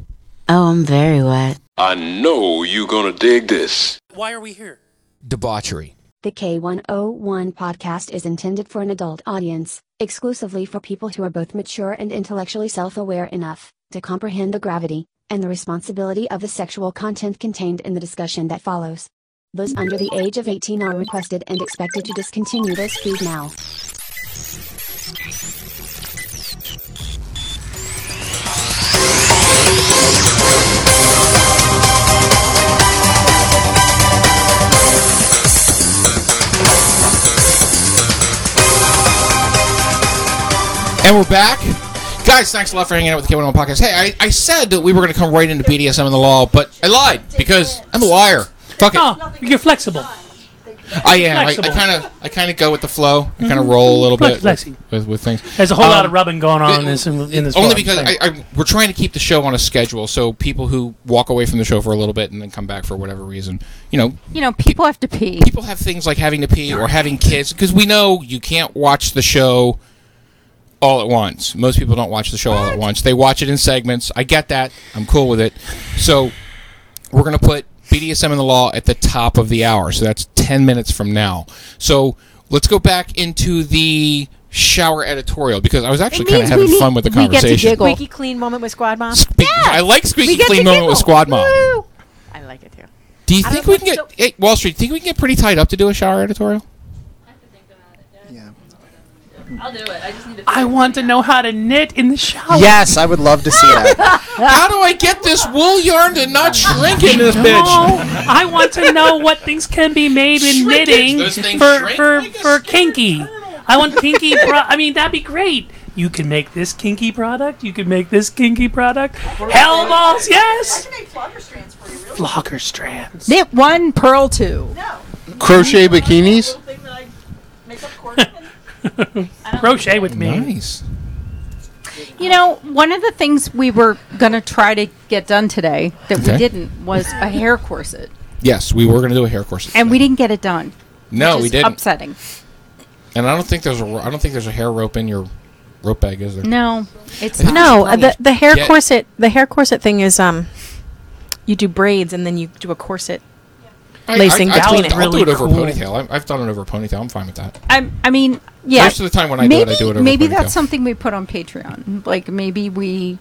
S25: Oh, I'm very wet.
S26: I know you gonna dig this.
S24: Why are we here?
S4: Debauchery.
S17: The K101 podcast is intended for an adult audience, exclusively for people who are both mature and intellectually self aware enough to comprehend the gravity and the responsibility of the sexual content contained in the discussion that follows. Those under the age of 18 are requested and expected to discontinue this feed now.
S4: And we're back. Guys, thanks a lot for hanging out with the K101 Podcast. Hey, I, I said that we were going to come right into BDSM and the law, but I lied because I'm a liar. Fuck it.
S7: Oh, you're flexible.
S4: I am. I, I
S7: flexible.
S4: kind of I kind of go with the flow. I kind
S5: Mm-hmm.
S4: of roll a little bit
S7: Flexi.
S4: with, with, with things.
S7: There's a whole lot
S4: Um,
S7: of rubbing going on in this in this.
S4: only
S7: forum.
S4: because I, I, we're trying to keep the show on a schedule so people who walk away from the show for a little bit and then come back for whatever reason, you know,
S5: You know, people have to pee.
S4: People have things like having to pee or having kids because we know you can't watch the show all at once. Most people don't watch the show all at once. They watch it in segments. I get that. I'm cool with it. So we're going to put BDSM and the law at the top of the hour. So that's 10 minutes from now. So let's go back into the shower editorial because I was actually kind of having fun with the conversation.
S6: Squeaky clean moment with Squad Mom.
S4: I like
S6: We
S4: squeaky
S6: get to
S4: clean moment with
S6: giggle.
S4: Squad Mom.
S6: I like it too.
S4: Do you think we can get hey, Wall Street? Think we can get pretty tied up to do a shower editorial?
S20: I'll do it. I just need to.
S7: I want to know how to knit in the shower.
S13: Yes, I would love to see that.
S4: How do I get this wool yarn to not shrink in this
S7: no,
S4: bitch?
S7: I want to know what things can be made in
S4: Shrinkage. Those
S7: knitting
S4: things
S7: for
S4: shrink
S7: for, for kinky. I want kinky. Pro- I mean, that'd be great. You can make this kinky product. You can make this kinky product. Hell balls, yes. I can make flogger strands
S5: Knit one, pearl two.
S11: Crochet bikinis?
S7: Crochet with me.
S4: Nice.
S5: You know, one of the things we were gonna try to get done today that
S4: Okay.
S5: we didn't was a hair corset,
S4: Yes, we were going to do a hair corset.
S5: and we didn't get it done.
S4: No,
S5: which
S4: we
S5: is
S4: didn't.
S5: Upsetting.
S4: And I don't think there's a ro- I don't think there's a hair rope in your rope bag, is there?
S5: No, it's not.
S6: No, uh, the, the hair
S4: Get-
S6: corset. The hair corset thing is um, you do braids and then you do a corset lacing
S4: I, I, I'll,
S6: between
S4: I'll
S6: it.
S4: do it over
S6: Really
S4: a
S6: cool.
S4: ponytail. I, I've done it over a ponytail. I'm fine with that.
S5: I'm, I mean, yeah.
S4: Most of the time when I do
S5: maybe,
S4: it, I do it over
S5: Maybe
S4: ponytail.
S5: that's something we put on Patreon. Like maybe we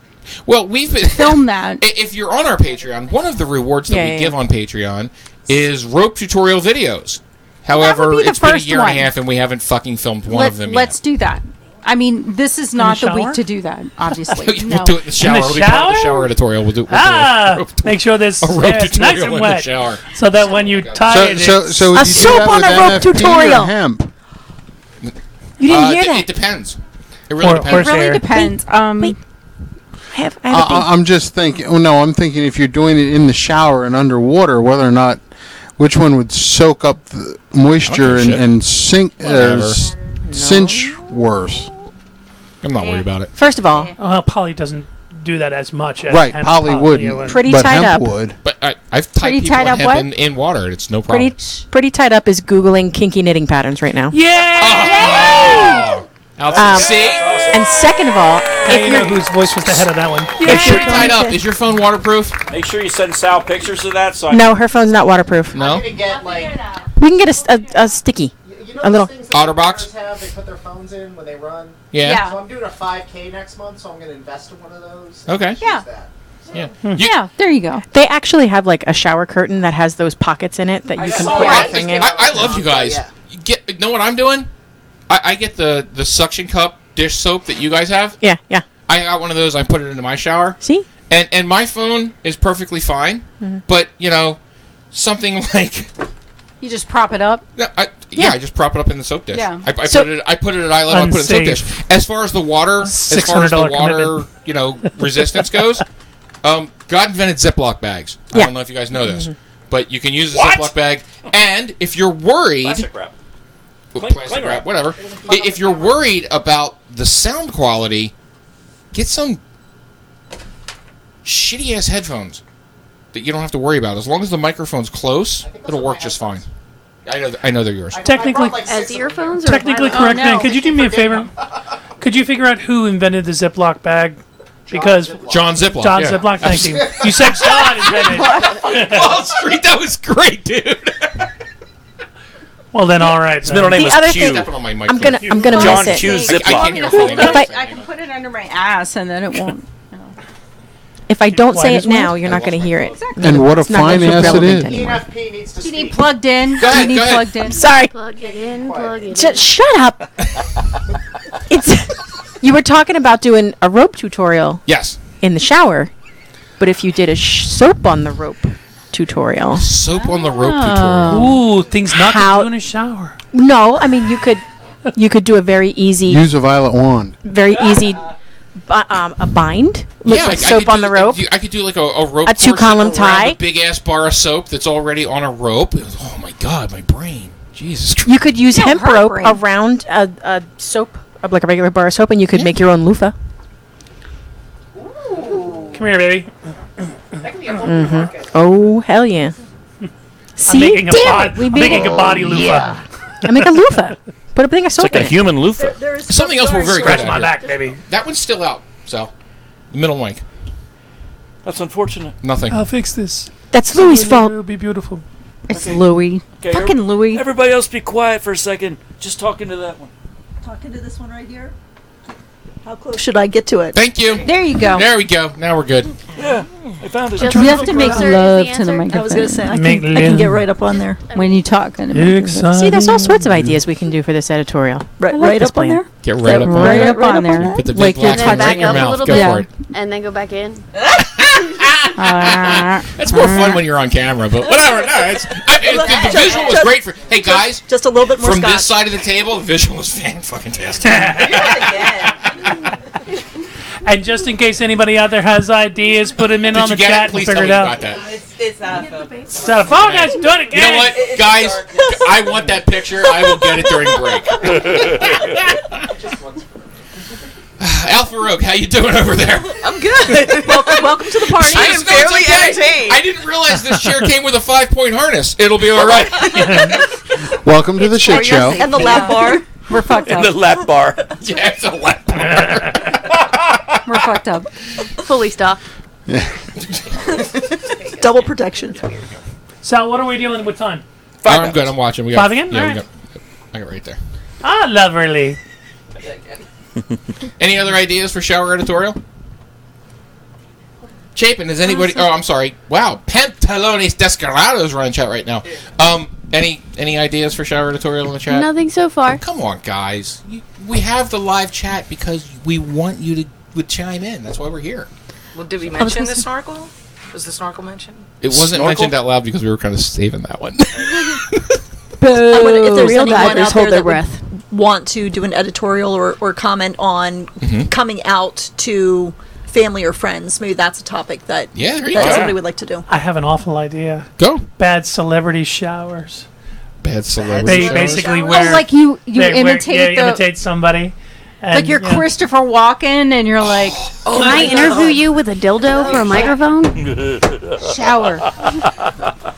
S4: Well, we've
S5: film that.
S4: I- If you're on our Patreon, one of the rewards that
S5: Yeah,
S4: we
S5: yeah,
S4: give
S5: yeah.
S4: on Patreon is rope tutorial videos. However,
S5: be the
S4: it's been a
S5: first
S4: year
S5: one.
S4: and a half and we haven't fucking filmed one
S5: Let,
S4: of them
S5: us do that. I mean, this is
S7: the
S5: not the,
S7: shower?
S5: week to do that. Obviously,
S4: yet.
S5: no.
S4: We'll do it in the shower. It'll be part of the shower editorial. We'll do. We'll do
S7: Ah, make sure this
S4: A rope
S7: yeah, it's nice
S4: tutorial in
S7: and
S4: the
S7: wet,
S4: shower.
S7: so that when you tie
S11: So,
S7: it,
S11: so,
S7: it's-
S11: so would you do that with NFP or Hemp?
S4: You
S7: didn't
S4: uh,
S7: hear
S4: d-
S7: that.
S4: It depends. It really
S7: Or-
S4: depends.
S7: or It really hair.
S5: depends. um,
S6: Wait, I have. I
S11: I,
S6: have a thing.
S11: I- I'm just thinking. Oh no, I'm thinking if you're doing it in the shower and underwater, whether or not which one would soak up the moisture and, and sink uh,
S4: Whatever.
S11: s- cinch worse.
S4: I'm not worried about it.
S6: First of all,
S7: well, Polly doesn't do that as much. As
S11: Right,
S7: hemp
S11: Polly
S7: you know,
S11: wouldn't.
S7: and-
S6: Pretty
S11: but
S6: tied
S11: hemp
S6: up.
S11: Would.
S4: But I, I've tied
S6: Pretty
S4: people
S6: tied
S4: in
S6: up
S4: hemp
S6: what?
S4: in, in water, and it's no problem.
S6: pretty pretty tied up is googling kinky knitting patterns right now.
S7: Yeah.
S4: Outside.
S6: Um,
S4: See?
S6: And second of all,
S7: Now you
S6: if
S7: know
S6: you're
S7: whose voice was the head of that one.
S4: If you're tied up, is your phone waterproof?
S23: Make sure you send Sal pictures of that. So I
S6: no, her phone's not waterproof.
S4: No.
S13: Get like
S6: We can get a s- a, a sticky, a little.
S4: OtterBox.
S13: have they put their phones in when they run.
S4: Yeah. Yeah.
S13: So I'm doing a 5K next month, so I'm going to invest in one of those.
S4: Okay.
S6: Yeah.
S4: Yeah.
S5: yeah, there you go.
S6: They actually have like a shower curtain that has those pockets in it that you can put your thing in.
S4: I, I love you guys. You Get you know what I'm doing? I, I get the the suction cup dish soap that you guys have.
S6: Yeah, yeah.
S4: I got one of those. I put it into my shower.
S6: See?
S4: And and my phone is perfectly fine,
S5: Mhm.
S4: but you know, something like
S5: You just prop it up.
S4: yeah, I, yeah,
S5: Yeah.
S4: I just prop it up in the soap dish.
S5: Yeah.
S4: I, I
S5: So-
S4: put it. I put it at eye level. I put it in the soap dish. As far as the water, as far as the
S7: $600
S4: water,
S7: commitment.
S4: you know, resistance goes, um, God invented Ziploc bags. I
S6: Yeah.
S4: don't know if you guys know this,
S6: Mhm.
S4: but you can use a
S6: What?
S4: Ziploc bag, and if you're worried,
S23: Plastic wrap.
S4: Well,
S23: Cling-
S4: plastic
S23: cling
S4: wrap,
S23: wrap.
S4: whatever. I- If you're worried about the sound quality, get some shitty ass headphones that you don't have to worry about. As long as the microphone's close, it'll work just fine. I know, I know they're yours.
S7: Technically,
S19: As earphones? Or
S7: technically
S19: Oh,
S7: correct,
S19: no.
S7: man. Could you do me a favor? Could you figure out who invented the Ziploc bag? Because
S4: John Ziploc,
S7: John
S4: yeah.
S7: Ziploc. Thank you.
S4: Absolutely.
S7: You said John invented. it.
S4: Wall Street, that was great, dude.
S7: Well then, all right.
S4: His middle name
S7: then.
S4: is Q. Stepping on my
S6: I'm
S4: microphone.
S6: gonna I'm gonna
S4: John
S6: miss
S4: Q.
S6: it.
S4: Ziploc. I- I can't hear a thing.
S5: If I-
S20: I can put it under my ass and then it won't.
S6: If I don't
S20: Why
S6: say
S20: does
S6: it
S20: one-
S6: now, you're not gonna hear it.
S11: And what a
S6: It's not gonna
S11: fine
S6: feel
S11: ass it
S6: relevant
S11: is.
S6: anymore.
S20: Do you need plugged in?
S6: Go ahead,
S20: Do you
S6: go
S20: need
S6: ahead.
S20: plugged in?
S6: I'm sorry.
S20: Plug it in.
S17: Plug it
S6: Just shut up. it's you were talking about doing a rope tutorial.
S4: Yes.
S6: In the shower, but if you did a sh- soap on the rope tutorial. Oh.
S4: Soap on the rope
S7: Ooh, things not
S6: How-
S7: to do in a shower.
S6: No, I mean you could you could do a very easy
S11: Use a violet wand.
S6: very easy bu- um, a bind looks like
S4: I- I
S6: soap
S4: could
S6: on
S4: do-
S6: the rope.
S4: you- I could do like a, a rope,
S6: A two-column
S4: portion around
S6: tie.
S4: a big ass bar of soap that's already on a rope. It was- oh my god, my brain, Jesus Christ!
S6: You could use
S4: No,
S6: hemp
S4: her
S6: rope
S4: brain.
S6: around a, a soap, uh, like a regular bar of soap, and you could make your own loofah.
S7: Come here, baby.
S6: Mm-hmm. Oh hell yeah! See,
S7: I'm making a,
S6: Damn
S7: bod-
S6: it, we
S7: I'm
S6: made
S7: making
S6: it.
S7: a body loofah.
S6: I make a loofah. Put a thing of soap in it.
S4: loofah. Something else we're very
S7: Scratch
S4: good at
S7: my
S4: here.
S7: back, baby.
S4: That one's still out. So, middle wank.
S23: That's unfortunate.
S4: Nothing.
S7: I'll fix this.
S6: That's
S7: Louis' fault. It'll be beautiful.
S5: It's Louis.
S23: Okay,
S5: Fucking
S23: every-
S5: Louis.
S23: Everybody else be quiet for a second. Just talking to that one.
S12: Talking to this one right here. How close should I get to it?
S4: Thank you.
S5: There you go.
S4: There we go. Now we're good.
S23: Yeah, I found it.
S12: Just
S5: You have to make love to the
S12: I was
S5: microphone
S12: gonna say I can, I can get right up on there.
S5: when you talk. on the microphone.
S6: See, there's all sorts of ideas we can do for this editorial.
S12: Right,
S6: I like
S12: right
S6: this
S12: up on
S6: plan.
S12: there?
S4: Get right up on
S6: Right
S4: there.
S6: up on there.
S4: Put the big
S6: Like your
S4: black
S6: touch-
S4: hands in your mouth. Go for it.
S17: and then go back in.
S4: That's more fun when you're on camera, but whatever. No, it's, I, it, the- the visual was great for. Hey guys,
S12: just a little bit more
S4: from
S12: scotch.
S4: this side of the table. The visual was fan fucking tastic.
S7: And just in case anybody out there has ideas, put them in
S4: Did
S7: on
S4: you
S7: the
S4: get it?
S7: chat and
S4: Please
S7: figure
S4: tell
S7: it out.
S4: me you got that.
S20: It's, it's not a phone.
S7: It's not a phone, guys. Do it
S4: You know
S7: again.
S4: what, guys? I want that picture. I will get it during break. Alpha Rogue, how you doing over there?
S10: I'm good. welcome, welcome to the party.
S4: I am fairly entertained. I didn't realize this chair came with a five-point harness. It'll be all right.
S11: Welcome to the shit show.
S10: And the lap bar.
S5: We're fucked
S23: In
S5: up.
S23: the lap bar.
S4: yeah, it's a lap
S5: We're fucked up.
S20: Fully stocked.
S12: Double protection.
S7: Sal, what are we dealing with time?
S4: Five I'm good. I'm watching. We got,
S7: Five again?
S4: Yeah, we
S7: All right.
S4: got, I got right there.
S7: Ah, lovely.
S4: Any other ideas for shower editorial? Chapin, is anybody? Oh, I'm sorry. Wow, Pantalones Descarados are in chat right now. Um, any any ideas for shower editorial in the chat? Oh,
S25: Nothing so far.
S4: Come on, guys. You- We have the live chat because we want you to would chime in. That's why we're here.
S19: Well, did we
S10: I was
S19: mention
S10: gonna
S19: the
S10: say-
S19: snorkel? Was the snorkel mentioned?
S4: It wasn't
S23: Snorkel?
S4: mentioned out loud because we were kind of saving that one.
S12: I wonder if there's
S25: Real
S12: anyone out
S25: divers
S12: there
S25: hold
S12: that
S25: their
S12: would
S25: breath.
S12: want to do an editorial or, or comment on
S4: Mhm.
S12: coming out to family or friends. Maybe that's a topic that
S7: Yeah, there you
S12: that
S7: go.
S12: somebody would like to do.
S7: I have an awful idea.
S4: Go.
S7: Bad celebrity showers.
S4: Bad
S7: They
S4: celebrity. shows.
S7: basically
S5: Oh,
S7: wear
S5: like you- you
S7: they wear-
S5: imitate
S7: yeah, you
S5: the-
S7: imitate somebody. And,
S5: like you're
S7: yeah.
S5: Christopher Walken, and you're like,
S12: Oh
S20: Can I interview you with a dildo for a microphone? Shower.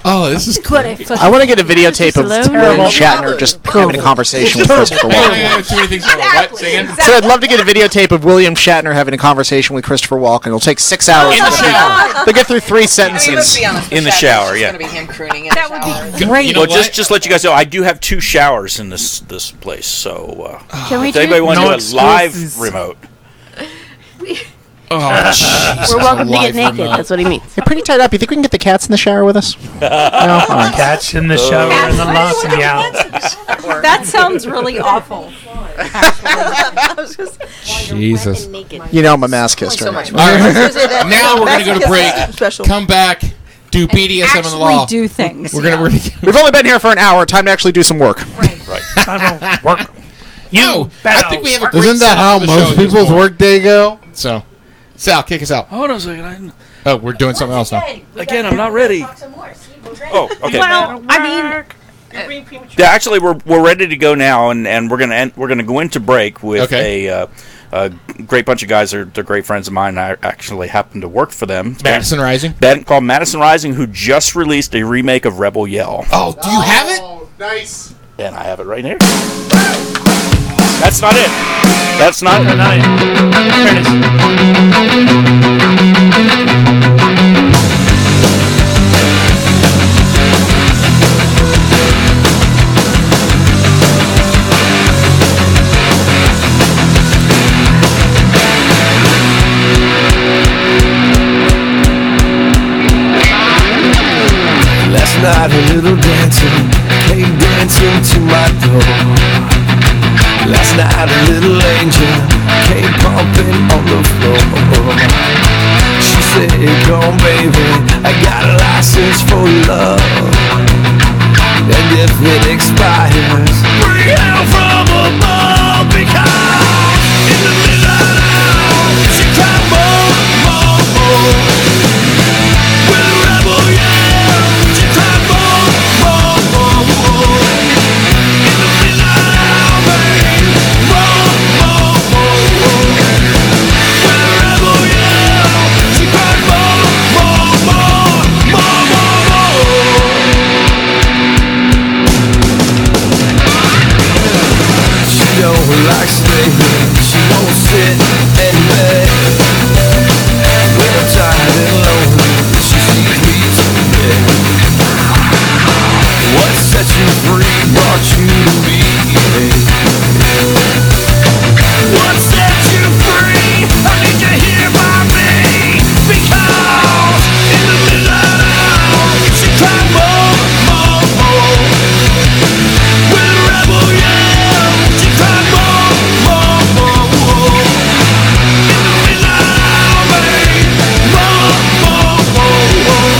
S4: Oh, this is
S20: What a fucking-
S13: I want to get a videotape of
S20: Alone.
S13: William
S20: Terrible.
S13: Shatner just having a conversation with
S4: Terrible.
S13: Christopher
S4: Yeah,
S13: Walken.
S4: yeah, yeah, too many things going on. What? Say again?
S13: So I'd love to get a videotape of William Shatner having a conversation with Christopher Walken. It'll take six
S20: Oh
S13: hours.
S9: In the
S13: to get through-
S9: shower.
S13: They'll get through three
S19: I mean, let's
S13: sentences.
S19: be honest.
S9: In the shower, yeah.
S19: It's gonna be him crooning in that would be
S9: You know, well, just just let you guys know, I do have two showers in this this place. So uh,
S20: Can we
S9: if anybody
S20: do-
S9: want to
S20: No
S9: do a live
S20: excuses.
S9: remote,
S4: Oh,
S20: We're welcome to get naked. That's what he means.
S13: You're pretty tied up. You think we can get the cats in the shower with us? No? All right.
S7: Cats in the shower and the lots
S12: That sounds really awful.
S4: Jesus.
S13: You know I'm a mask kissed
S4: All
S13: right
S4: right.
S13: now.
S4: now we're gonna go to break.
S12: Special.
S4: Come back. Do BDSM and the law.
S5: do things.
S4: We're gonna.
S13: We've only been here for an hour. Time to actually do some work.
S7: Right. work.
S4: You. I think we have a great
S11: Isn't that
S4: setup
S11: how
S4: for the show
S11: most
S4: at this
S11: people's
S4: point.
S11: workday go?
S4: So, Sal, kick us out.
S23: Hold on a second. I didn't-
S4: Oh, we're doing something else now.
S23: Again, I'm not ready.
S9: Oh, okay.
S5: Well, I
S19: mean,
S9: Yeah, actually, we're we're ready to go now, and, and we're gonna end, we're gonna go into break with a, uh, a great bunch of guys. They're, they're great friends of mine. I actually happen to work for them.
S4: Madison Rising?
S9: band called Madison Rising, who just released a remake of Rebel Yell.
S4: Oh, do you have it?
S11: Nice.
S9: and I have it right here. That's not it. That's not it.
S8: Last night a little dancer came dancing to my door. Last night a little angel came pumping on the floor. She said, "Go on, baby, I got a license for love, and if it expires, bring it out from above because in the middle of the night she cried, more, more, more. With a rebel yell, she cried, more, more, more, more. In the middle of the night, baby, more, more, more, more. With a rebel yell, she cried, more, more, more, more, more, more. She don't like staying. She won't sit in bed. When I'm tired and lonely, she sees me in bed. What set you free brought you to me. What set you free? I need you here by me because in the middle of the night she cried more, more, more. With a rebel yell, she cried more, more, more, more. In the middle of the night, more, more, more, more.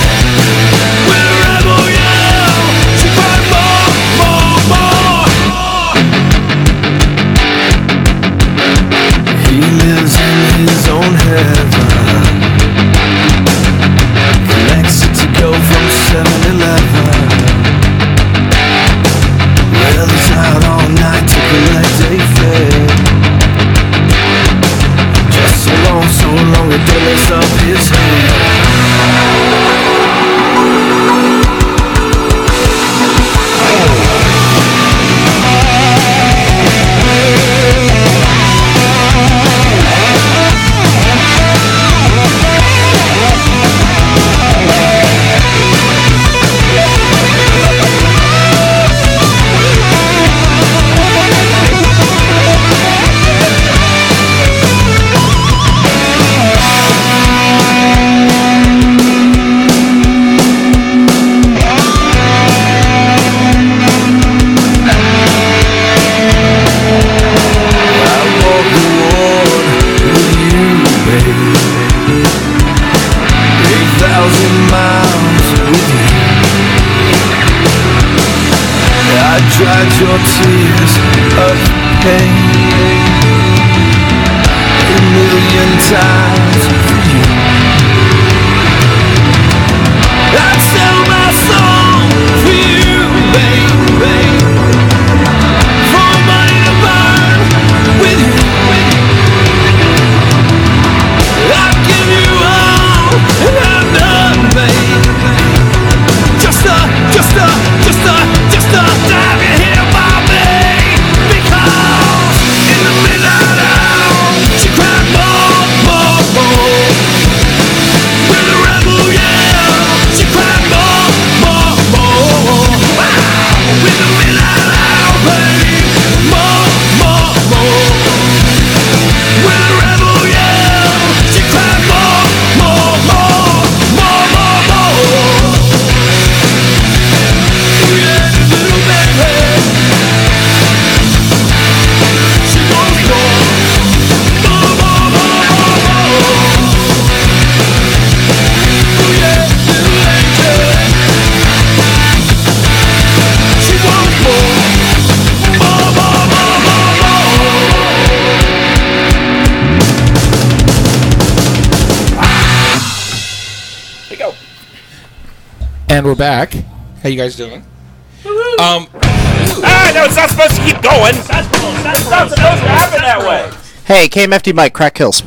S8: With a rebel yell, she cried more, more, more. He lives in his own heaven. Collects it to go from 7-Eleven. Well, he's out all night to collect a fare. Just so long, so long, it fills up his head. Dried your tears of pain a million times
S4: And we're back. How you guys doing? Um,
S9: ah, no, it's not supposed to keep going. It's not, it's not supposed to happen that way.
S13: Hey, KMFD Mike, crack kills.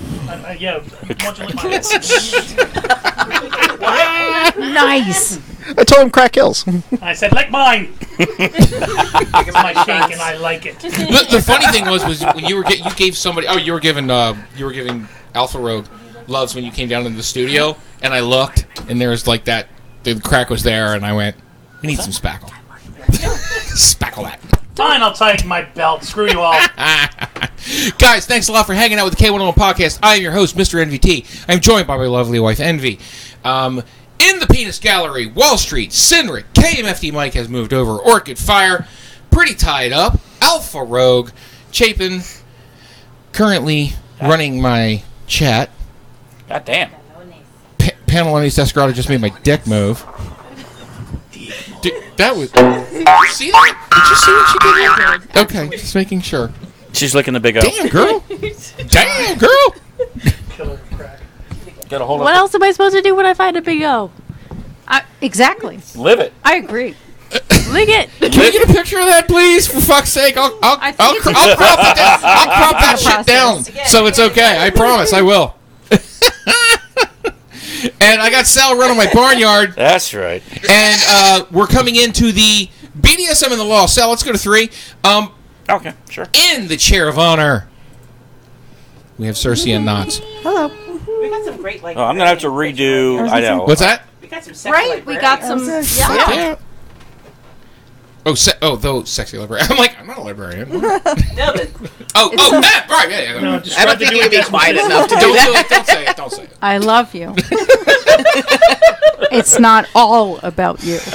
S7: nice.
S13: I told him crack kills.
S7: I said, like mine. it's my shake, and I like it.
S4: But the funny thing was, was when you were get, you gave somebody. Oh, you were giving uh, you were giving Alpha Rogue loves when you came down into the studio, and I looked, and there was like that. The crack was there, and I went, "We need some spackle, spackle that."
S7: Fine, I'll take my belt. Screw you all.
S4: Guys, thanks a lot for hanging out with the K101 podcast. I am your host, Mr. NVT. I'm joined by my lovely wife, Envy. Um, in the Penis Gallery, Wall Street, Cineric, KMFD Mike has moved over, Orchid Fire, pretty tied up, Alpha Rogue, Chapin, currently running my chat.
S9: God damn.
S4: Pa- Paneloni's Desperado just made my dick move. Dude, that was. See that? Did you see what she did? there? Okay, just making sure.
S9: She's licking the big O.
S4: Damn, girl. Damn, girl.
S9: Got a hold
S20: What else am I supposed to do when I find a big O? I, exactly.
S9: Live it.
S20: I agree. Lick it.
S4: Can we get a picture of that, please? For fuck's sake, I'll I'll, I'll, I'll, cr- I'll crop it down. I'll crop that shit down, so it's okay. I promise, I will. and I got Sal running my barnyard.
S9: That's right.
S4: And uh, we're coming into the BDSM and the law. Sal, let's go to three. Um,
S9: okay, sure.
S4: In the chair of honor, we have Cersei and Knots.
S10: Hello. We got some great like.
S9: Oh, I'm gonna have to redo. I know.
S4: What's that?
S10: We got some sex
S5: Right? We got some.
S10: librarians.
S5: Yeah.
S4: Oh, se- oh, those sexy librarian. I'm like, I'm not a librarian.
S10: No, but
S4: Oh, oh, that, right, yeah, yeah.
S7: No,
S4: I don't
S7: describe the
S4: think
S7: doing
S4: you'd be
S7: that's
S4: quiet
S7: what-
S4: enough to do
S7: Don't-
S4: that. Don't say it. Don't say it.
S5: I love you. it's not all about you.
S4: say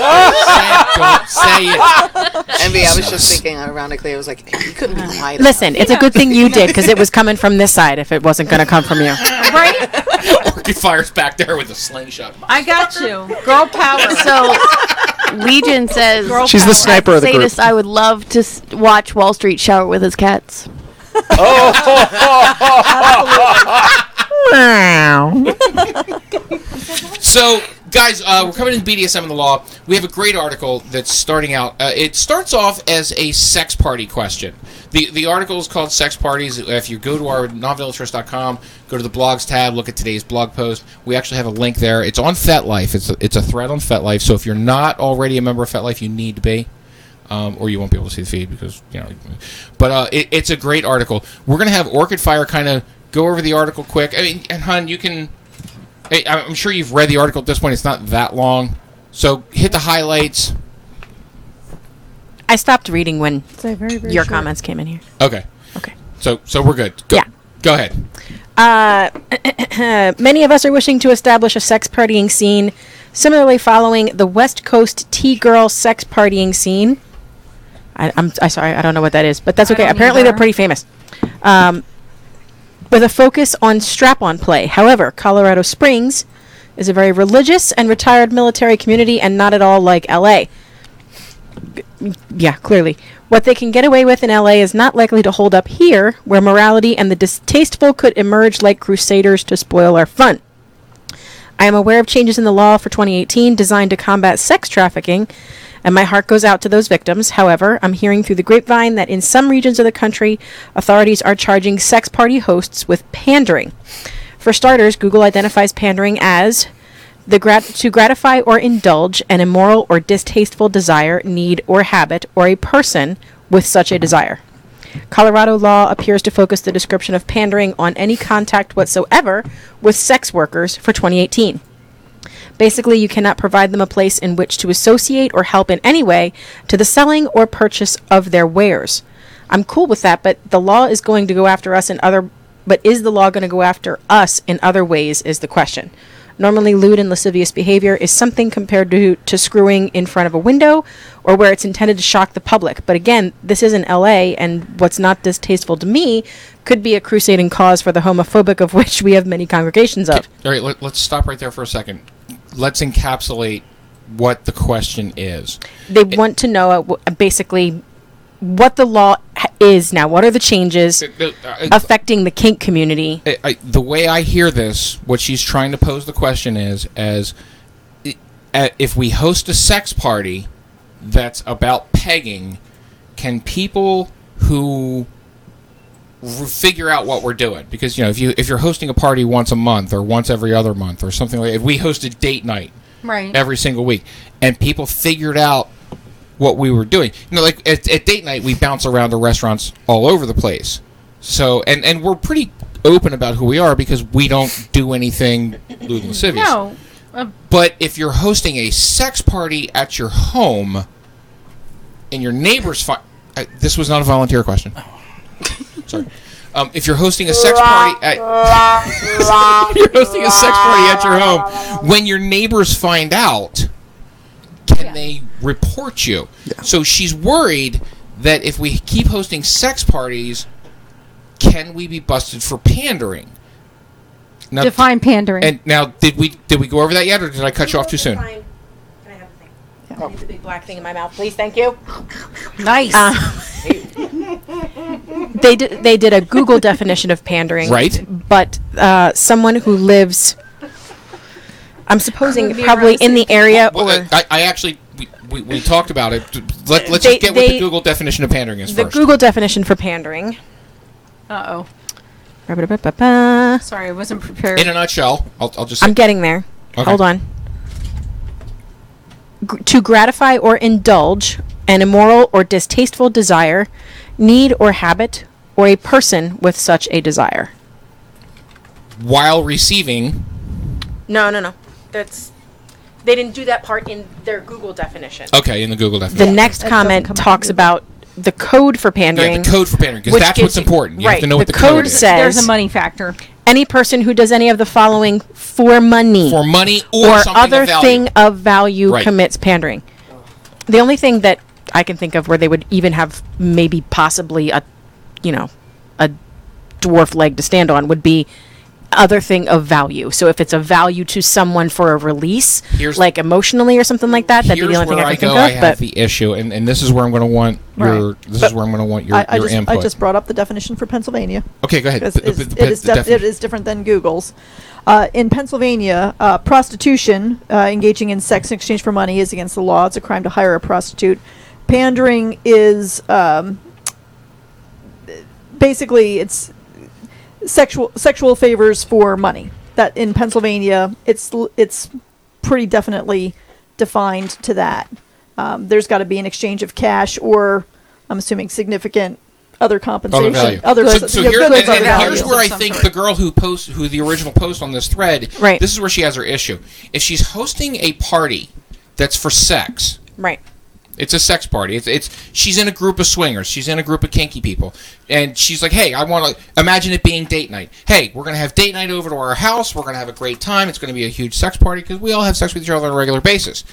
S5: it.
S19: Envy, I was just thinking, ironically, I was like, you couldn't be quiet.
S6: Listen,
S19: enough.
S6: it's a good thing you did because it was coming from this side if it wasn't going to come from you.
S4: Orchid fires back there with a slingshot.
S5: I got you. Girl power.
S20: So Legion says
S13: She's the sniper of the group.
S20: Sadist, I would love to s- watch Wall Street shower with his cats.
S19: Oh.
S4: Wow. so, guys, uh, we're coming into BDSM and the law. We have a great article that's starting out. Uh, it starts off as a sex party question. The the article is called "Sex Parties." If you go to our nonviolentrust.com, go to the blogs tab, look at today's blog post. We actually have a link there. It's on FetLife. It's a, it's a thread on FetLife. So if you're not already a member of FetLife, you need to be. Um, or you won't be able to see the feed because you know. But uh, it, it's a great article. We're gonna have Orchid Fire kind of go over the article quick. I mean, and Hun, you can Hey, I- I'm sure you've read the article at this point. It's not that long. So hit the highlights.
S6: I stopped reading when
S20: very
S6: your
S20: short.
S6: comments came in here.
S4: Okay.
S6: Okay.
S4: So so we're good. Go,
S6: Yeah.
S4: Go ahead.
S6: Uh, many of us are wishing to establish a sex partying scene, similarly following the West Coast T girl sex partying scene. I, I'm I, sorry, I don't know what that is, but that's
S20: I
S6: okay.
S20: don't
S6: Apparently, they're
S20: either.
S6: pretty famous. Um, with a focus on strap on play. However, Colorado Springs is a very religious and retired military community and not at all like LA. Yeah, clearly. What they can get away with in LA is not likely to hold up here, where morality and the distasteful could emerge like crusaders to spoil our fun. I am aware of changes in the law for 2018 designed to combat sex trafficking, and my heart goes out to those victims. However, I'm hearing through the grapevine that in some regions of the country, authorities are charging sex party hosts with pandering. For starters, Google identifies pandering as the grat- to gratify or indulge an immoral or distasteful desire, need, or habit, or a person with such a desire. Colorado law appears to focus the description of pandering on any contact whatsoever with sex workers for 2018. Basically, you cannot provide them a place in which to associate or help in any way to the selling or purchase of their wares. I'm cool with that, but the law is going to go after us in other but is the law going to go after us in other ways is the question. Normally lewd and lascivious behavior is something compared to to screwing in front of a window or where it's intended to shock the public. But again, this is in LA and what's not distasteful to me could be a crusading cause for the homophobic of which we have many congregations of.
S4: All right. Let, let's stop right there for a second. Let's encapsulate what the question is.
S6: they want to know uh, wh- basically what the law h- is now. What are the changes
S4: uh,
S6: affecting the kink community?
S4: I, I, the way I hear this, what she's trying to pose the question is as i- uh, if we host a sex party that's about pegging, can people who r- figure out what we're doing because you know if you if you're hosting a party once a month or once every other month or something like if we hosted date night
S5: Right.
S4: every single week and people figured out what we were doing you know like at, at date night we bounce around to restaurants all over the place so and and we're pretty open about who we are because we don't do anything lewd and lascivious
S5: No. Uh,
S4: but if you're hosting a sex party at your home and your neighbors find. Uh, this was not a volunteer question. Sorry. Um, if you're hosting a sex party at. if you're hosting a sex party at your home, when your neighbors find out, can they report you? So she's worried that if we keep hosting sex parties, can we be busted for pandering? Now,
S5: Define pandering.
S4: and now, did we did we go over that yet, or did I cut you off too soon?
S6: I need the big black thing in my mouth, please. Thank you. Uh,
S5: Nice.
S6: they did they did a Google definition of pandering,
S4: Right.
S6: But uh, someone who lives, I'm supposing probably in the area.
S4: Well, I- I, I actually we, we, we talked about it. Let, let's
S6: They-
S4: just get what the
S6: they-
S4: Google definition of pandering is
S6: the
S4: first.
S6: Google definition for pandering.
S5: Uh
S6: Ba-ba-da-ba-ba-ba.
S5: Sorry, I wasn't prepared.
S4: In a nutshell, I'll, I'll just.
S6: I'm getting there.
S4: Okay.
S6: Hold on. Gr to gratify or indulge an immoral or distasteful desire, need or habit, or a person with such a desire.
S4: while receiving.
S6: No, no, no. That's they didn't do that part in their Google definition.
S4: Okay, in the Google
S6: The
S4: definition.
S6: next comment talks about the code for pandering.
S4: the code for pandering, 'cause
S6: which
S4: that's
S6: gives
S4: what's important. You have
S6: right,
S4: to know what the code
S6: code
S4: is.
S6: says.
S5: There's a money factor.
S6: Any person who does any of the following for money,
S4: For money or something
S6: other
S4: of value.
S6: thing of value
S4: Right.
S6: commits pandering. The only thing that I can think of where they would even have maybe possibly a, you know, a dwarf leg to stand on would be other thing of value. So if it's a value to someone for a release,
S4: Here's-
S6: like emotionally or something like that, that'd be
S4: Here's
S6: the only thing
S4: where
S6: I
S4: I
S6: can
S4: go. I
S6: think of.
S4: have
S6: But
S4: the issue, and, and this is where I'm going to want your. This is where I'm going to want your,
S12: I, I
S4: your
S12: just,
S4: input.
S12: I just brought up the definition for Pennsylvania.
S4: Okay, go ahead.
S12: Because
S4: P-
S12: it's-
S4: p-
S12: it,
S4: p-
S12: is
S4: the
S12: def- it
S4: definition.
S12: is different than Google's. Uh, in Pennsylvania, uh, prostitution, uh, engaging in sex in exchange for money, is against the law. It's a crime to hire a prostitute. Pandering is um, basically it's sexual sexual favors for money. That in Pennsylvania, it's l- it's pretty definitely defined to that. Um, there's got to be an exchange of cash or, I'm assuming, significant other compensation.
S4: Other value. so, so
S12: yeah,
S4: here,
S12: goods,
S4: and,
S12: other
S4: and
S12: value.
S4: here's where I think the girl who posts, who the original post on this thread,
S6: Right.
S4: this is where she has her issue. If she's hosting a party that's for sex,
S6: right.
S4: It's a sex party. It's, it's she's in a group of swingers. She's in a group of kinky people, and she's like, "Hey, I want to imagine it being date night. Hey, we're gonna have date night over to our house. We're gonna have a great time. It's gonna be a huge sex party because we all have sex with each other on a regular basis."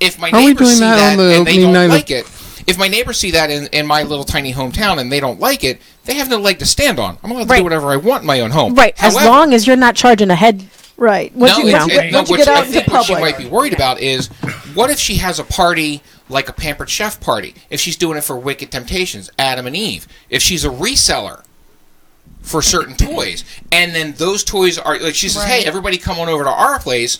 S4: If my
S11: Are we
S4: neighbors
S11: doing
S4: see
S11: that
S4: that
S11: on the
S4: and they
S11: opening
S4: don't
S11: night of-
S4: like it, if my neighbors see that in, in my little tiny hometown and they don't like it, they have no leg to stand on. I'm allowed to do whatever I want in my own home.
S6: Right. As
S4: However-
S6: long as you're not charging a head.
S12: Right.
S4: no,
S6: you
S4: it's-
S6: know.
S4: it- no,
S6: Once you
S4: what
S6: get
S4: she-
S6: out
S4: I
S6: into
S4: think what she
S6: public.
S4: might be worried about is what if she has a party like a pampered chef party? If she's doing it for Wicked Temptations, Adam and Eve. If she's a reseller for certain toys, and then those toys are like she says, "Hey, everybody, come on over to our place.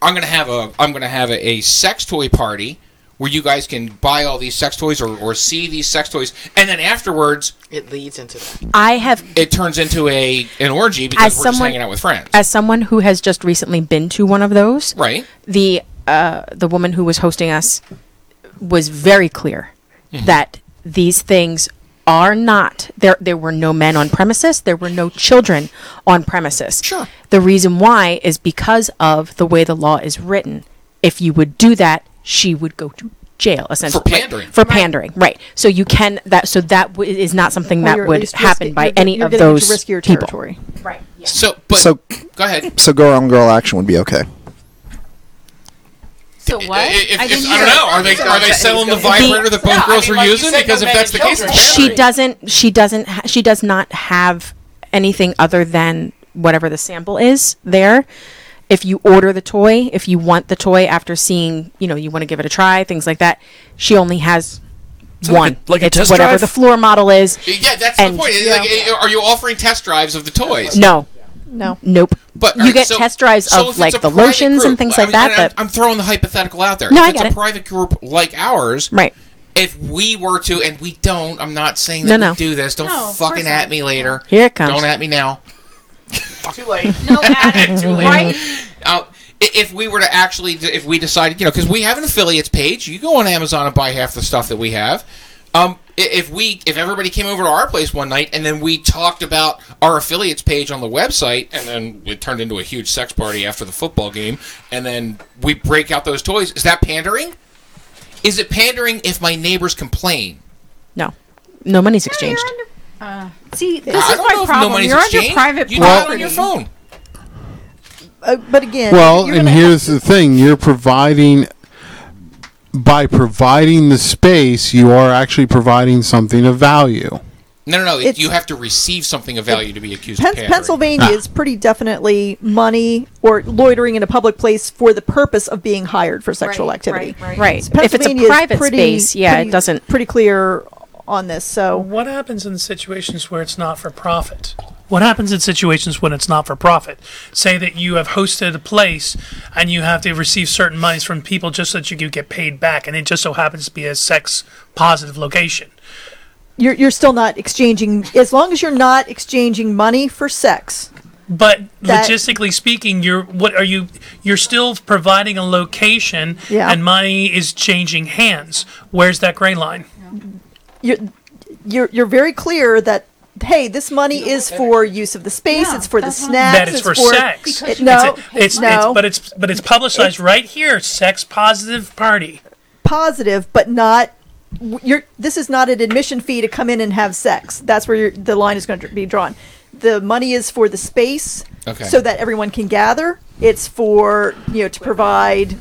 S4: I'm gonna have a I'm gonna have a, a sex toy party." Where you guys can buy all these sex toys or, or see these sex toys, and then afterwards
S19: It leads into that.
S6: I have
S4: it turns into a an orgy because
S6: As
S4: we're just
S6: someone-
S4: hanging out with friends,
S6: as someone who has just recently been to one of those,
S4: right?
S6: the uh, the woman who was hosting us was very clear that these things are not there. There were no men on premises. There were no children on premises. Sure. The reason why is because of the way the law is written. If you would do that, she would go to jail essentially Like,
S4: pandering.
S6: for pandering right so you can that so that w- is not something
S12: Well, you're
S6: that
S12: at
S6: would
S12: least
S6: happen
S12: risking-
S6: by
S12: you're-
S6: any
S12: you're
S6: of
S12: getting into
S6: those
S12: riskier
S6: people
S12: territory.
S6: right
S4: So, but
S13: So-
S4: go ahead.
S13: So girl on girl action would be okay.
S5: So what?
S4: If, if, I don't know. Are they are they selling the vibrator that both girls were using? Because if that's the case,
S6: she doesn't she doesn't ha- she does not have anything other than whatever the sample is there if you order the toy if you want the toy after seeing you know you want to give it a try things like that she only has
S4: So like
S6: one
S4: a- like a
S6: it's
S4: test
S6: whatever
S4: drive?
S6: the floor model is
S4: yeah, that's
S6: And-
S4: the point. It's Like, eh, are you offering test drives of the toys?
S6: no
S12: No.
S6: Nope.
S4: But all
S6: you
S4: right,
S6: get
S4: so-
S6: test drives
S4: so if
S6: of
S4: it's
S6: like
S4: a
S6: the
S4: private
S6: lotions
S4: group-
S6: and things
S4: I
S6: like
S4: mean,
S6: that.
S4: and
S6: But
S4: I'm, I'm throwing the hypothetical out there.
S6: No,
S4: if
S6: I
S4: it's
S6: get
S4: a
S6: it.
S4: private group like ours,
S6: right?
S4: If we were to, and we don't, I'm not saying
S6: No,
S4: that
S6: no.
S4: we do this. Don't
S6: No, of
S4: fucking
S6: course
S4: at me later.
S6: Here it comes.
S4: Don't at me now.
S10: Too late. No, Adam,
S4: Too late.
S10: right?
S4: Uh, i- if we were to actually, if we decided, you know, because we have an affiliates page, you go on Amazon and buy half the stuff that we have. Um, i- if we, if everybody came over to our place one night and then we talked about our affiliates page on the website, and then it turned into a huge sex party after the football game, and then we break out those toys, is that pandering? Is it pandering if my neighbors complain?
S6: No, no money's exchanged.
S20: Uh, see, this
S4: I
S20: is
S4: don't
S20: my
S4: know if
S20: problem.
S4: nobody's
S20: You're on your
S4: ashamed.
S20: private
S4: You do it
S20: property.
S4: on your phone.
S12: Uh, but again,
S11: Well,
S12: you're
S11: and
S12: gonna-
S11: here's the thing: you're providing by providing the space, you are actually providing something of value.
S4: No, no, no.
S12: It's-
S4: you have to receive something of value to be accused
S12: Pen-
S4: of pandering.
S12: Pennsylvania
S11: Ah.
S12: is pretty definitely money or loitering in a public place for the purpose of being hired for sexual activity.
S6: right. Right. If it's a
S12: Pennsylvania is
S6: private
S12: pretty-
S6: space, yeah, it
S12: pretty-
S6: doesn't-
S12: pretty clear on this. So
S7: What happens in situations where it's not for profit? What happens in situations when it's not for profit? Say that you have hosted a place and you have to receive certain monies from people just so that you can get paid back, and it just so happens to be a sex positive location.
S12: you're you're still not exchanging as long as you're not exchanging money for sex.
S7: But
S12: That-
S7: logistically speaking, you're what are you? You're still providing a location,
S12: Yeah.
S7: and money is changing hands. Where's that gray line?
S12: You're you're you're very clear that. Hey, this money is for use of the space. it's for the snacks.
S7: that is
S12: it's
S7: for, sex.
S12: It- no,
S7: it's, a- it's,
S12: no.
S7: it's- but it's but it's publicized right here. Sex positive party.
S12: positive, but not. You're, this is not an admission fee to come in and have sex. That's where you the line is going to be drawn. The money is for the space,
S2: Okay.
S12: so that everyone can gather. It's for you know to provide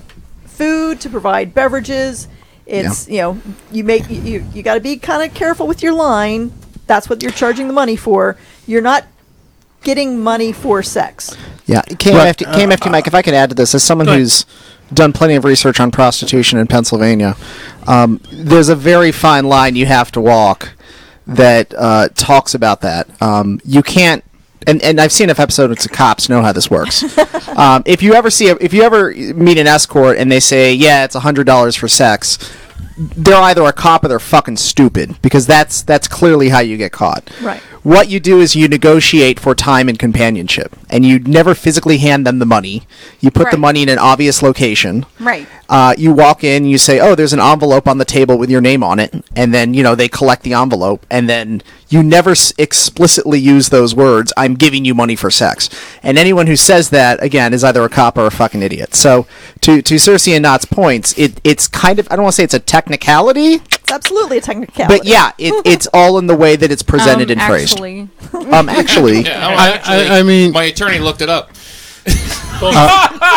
S12: food, to provide beverages. It's you know you make you- you you got to be kind of careful with your line. That's what you're charging the money for. You're not getting money for sex.
S13: Yeah, KMFT, KMFT Mike, if I could add to this, as someone who's done plenty of research on prostitution in Pennsylvania, um, there's a very fine line you have to walk that uh, talks about that. Um, you can't, and, and I've seen enough episodes to cops know how this works. um, if you ever see, a, if you ever meet an escort and they say, "Yeah, it's hundred dollars for sex," they're either a cop or they're fucking stupid because that's that's clearly how you get caught.
S12: Right.
S13: What you do is you negotiate for time and companionship, and you never physically hand them the money. You put the
S5: Right.
S13: money in an obvious location.
S5: Right.
S13: Uh, you walk in, you say, "Oh, there's an envelope on the table with your name on it," and then you know they collect the envelope, and then you never s- explicitly use those words. I'm giving you money for sex, and anyone who says that again is either a cop or a fucking idiot. So, to to Cersei and Knott's points, it it's kind of I don't want to say it's a technicality,
S12: It's absolutely a technicality.
S13: but yeah, it, it's all in the way that it's presented
S5: Um,
S13: and phrased. Um, actually,
S4: Yeah, I,
S11: I-
S4: actually,
S11: I- I mean- Uh,
S4: my attorney looked it up.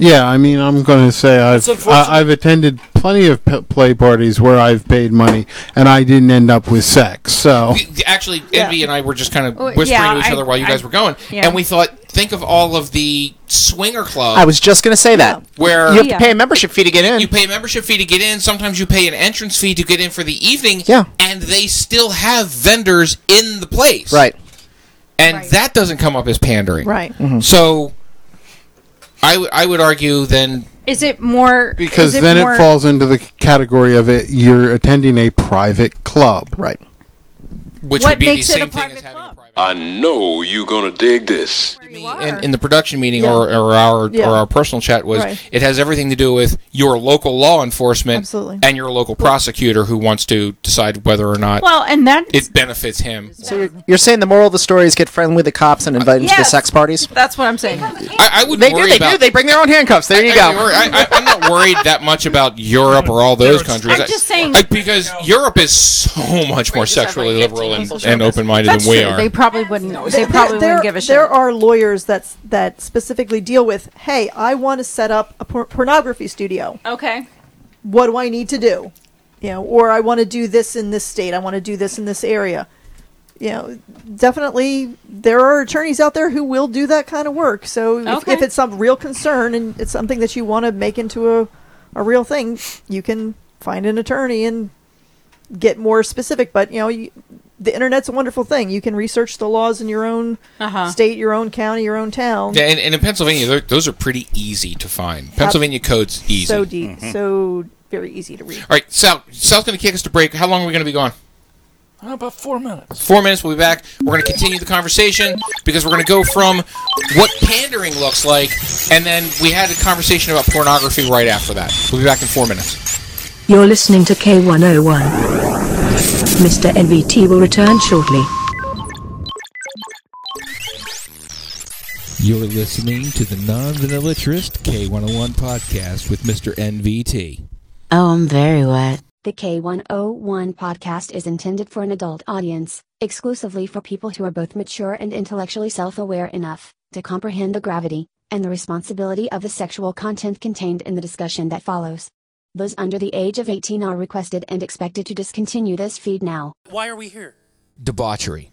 S11: Yeah, I mean, I'm going to say I've
S4: unfortunate.
S11: I, I've attended plenty of p- play parties where I've paid money and I didn't end up with sex. So
S4: We- actually, Envy and I were just kind of
S20: Well,
S4: whispering
S20: yeah,
S4: to each
S20: I-
S4: other while you guys
S20: I-
S4: were going,
S20: yeah.
S4: and we thought, think of all of the swinger clubs.
S13: I was just going to say that
S4: where
S13: you have to pay a membership fee to get in.
S4: You pay a membership fee to get in. Sometimes you pay an entrance fee to get in for the evening.
S13: Yeah.
S4: and they still have vendors in the place.
S13: Right.
S4: and that doesn't come up as pandering.
S12: Right.
S13: Mm-hmm.
S4: So, I would I would argue then
S20: Is it more
S11: because
S20: is it
S11: then
S20: more-
S11: it falls into the category of it you're attending a private club.
S13: Right.
S4: Which
S20: What
S4: would be the
S20: makes it a
S4: same thing as having
S26: I know you're gonna dig this.
S4: in, in the production meeting or, or our
S26: Yeah.
S4: or our personal chat was
S26: Right.
S4: it has everything to do with your local law enforcement
S12: Absolutely.
S4: and your local prosecutor who wants to decide whether or not
S20: Well, and that
S4: it benefits him.
S13: You're saying the moral of the story is get friendly with the cops and invite them to the
S20: Yes.
S13: sex parties?
S20: That's what I'm saying.
S4: I, I would
S13: They do,
S4: worry
S13: they
S4: about
S13: do. They bring their own handcuffs. There you
S4: I- I
S13: go.
S4: worry- I, am not worried that much about Europe or all those countries.
S20: I'm just saying-
S4: I- because Europe is so much more sexually liberal and, and open-minded
S5: That's
S4: than we
S5: true.
S4: are.
S5: They probably wouldn't. They
S12: There-
S5: probably
S12: there,
S5: wouldn't give a shit.
S12: There are lawyers that that specifically deal with, hey, I want to set up a por- pornography studio.
S20: Okay.
S12: What do I need to do? You know, or I want to do this in this state. I want to do this in this area. You know, definitely there are attorneys out there who will do that kind of work. So if,
S20: Okay.
S12: if it's some real concern and it's something that you want to make into a, a real thing, you can find an attorney and get more specific. But you know, you, the internet's a wonderful thing. You can research the laws in your own
S5: Uh-huh.
S12: state, your own county, your own town.
S4: Yeah, and, and in Pennsylvania, they're- those are pretty easy to find. Pennsylvania code's easy.
S12: So deep,
S4: Mhm.
S12: so very easy to read.
S4: All right, Sal. Sal's going to kick us to break. How long are we going to be gone?
S23: How about four minutes?
S4: Four minutes. We'll be back. We're going to continue the conversation because we're going to go from what pandering looks like, and then we had a conversation about pornography right after that. We'll be back in four minutes.
S1: You're listening to K101. Mr. NVT will return shortly.
S4: You're listening to the Non Vanillaturist K101 podcast with Mr. NVT.
S25: Oh, I'm very wet.
S17: The K101 podcast is intended for an adult audience, exclusively for people who are both mature and intellectually self aware enough to comprehend the gravity and the responsibility of the sexual content contained in the discussion that follows. Those under the age of 18 are requested and expected to discontinue this feed now.
S23: Why are we here?
S4: Debauchery.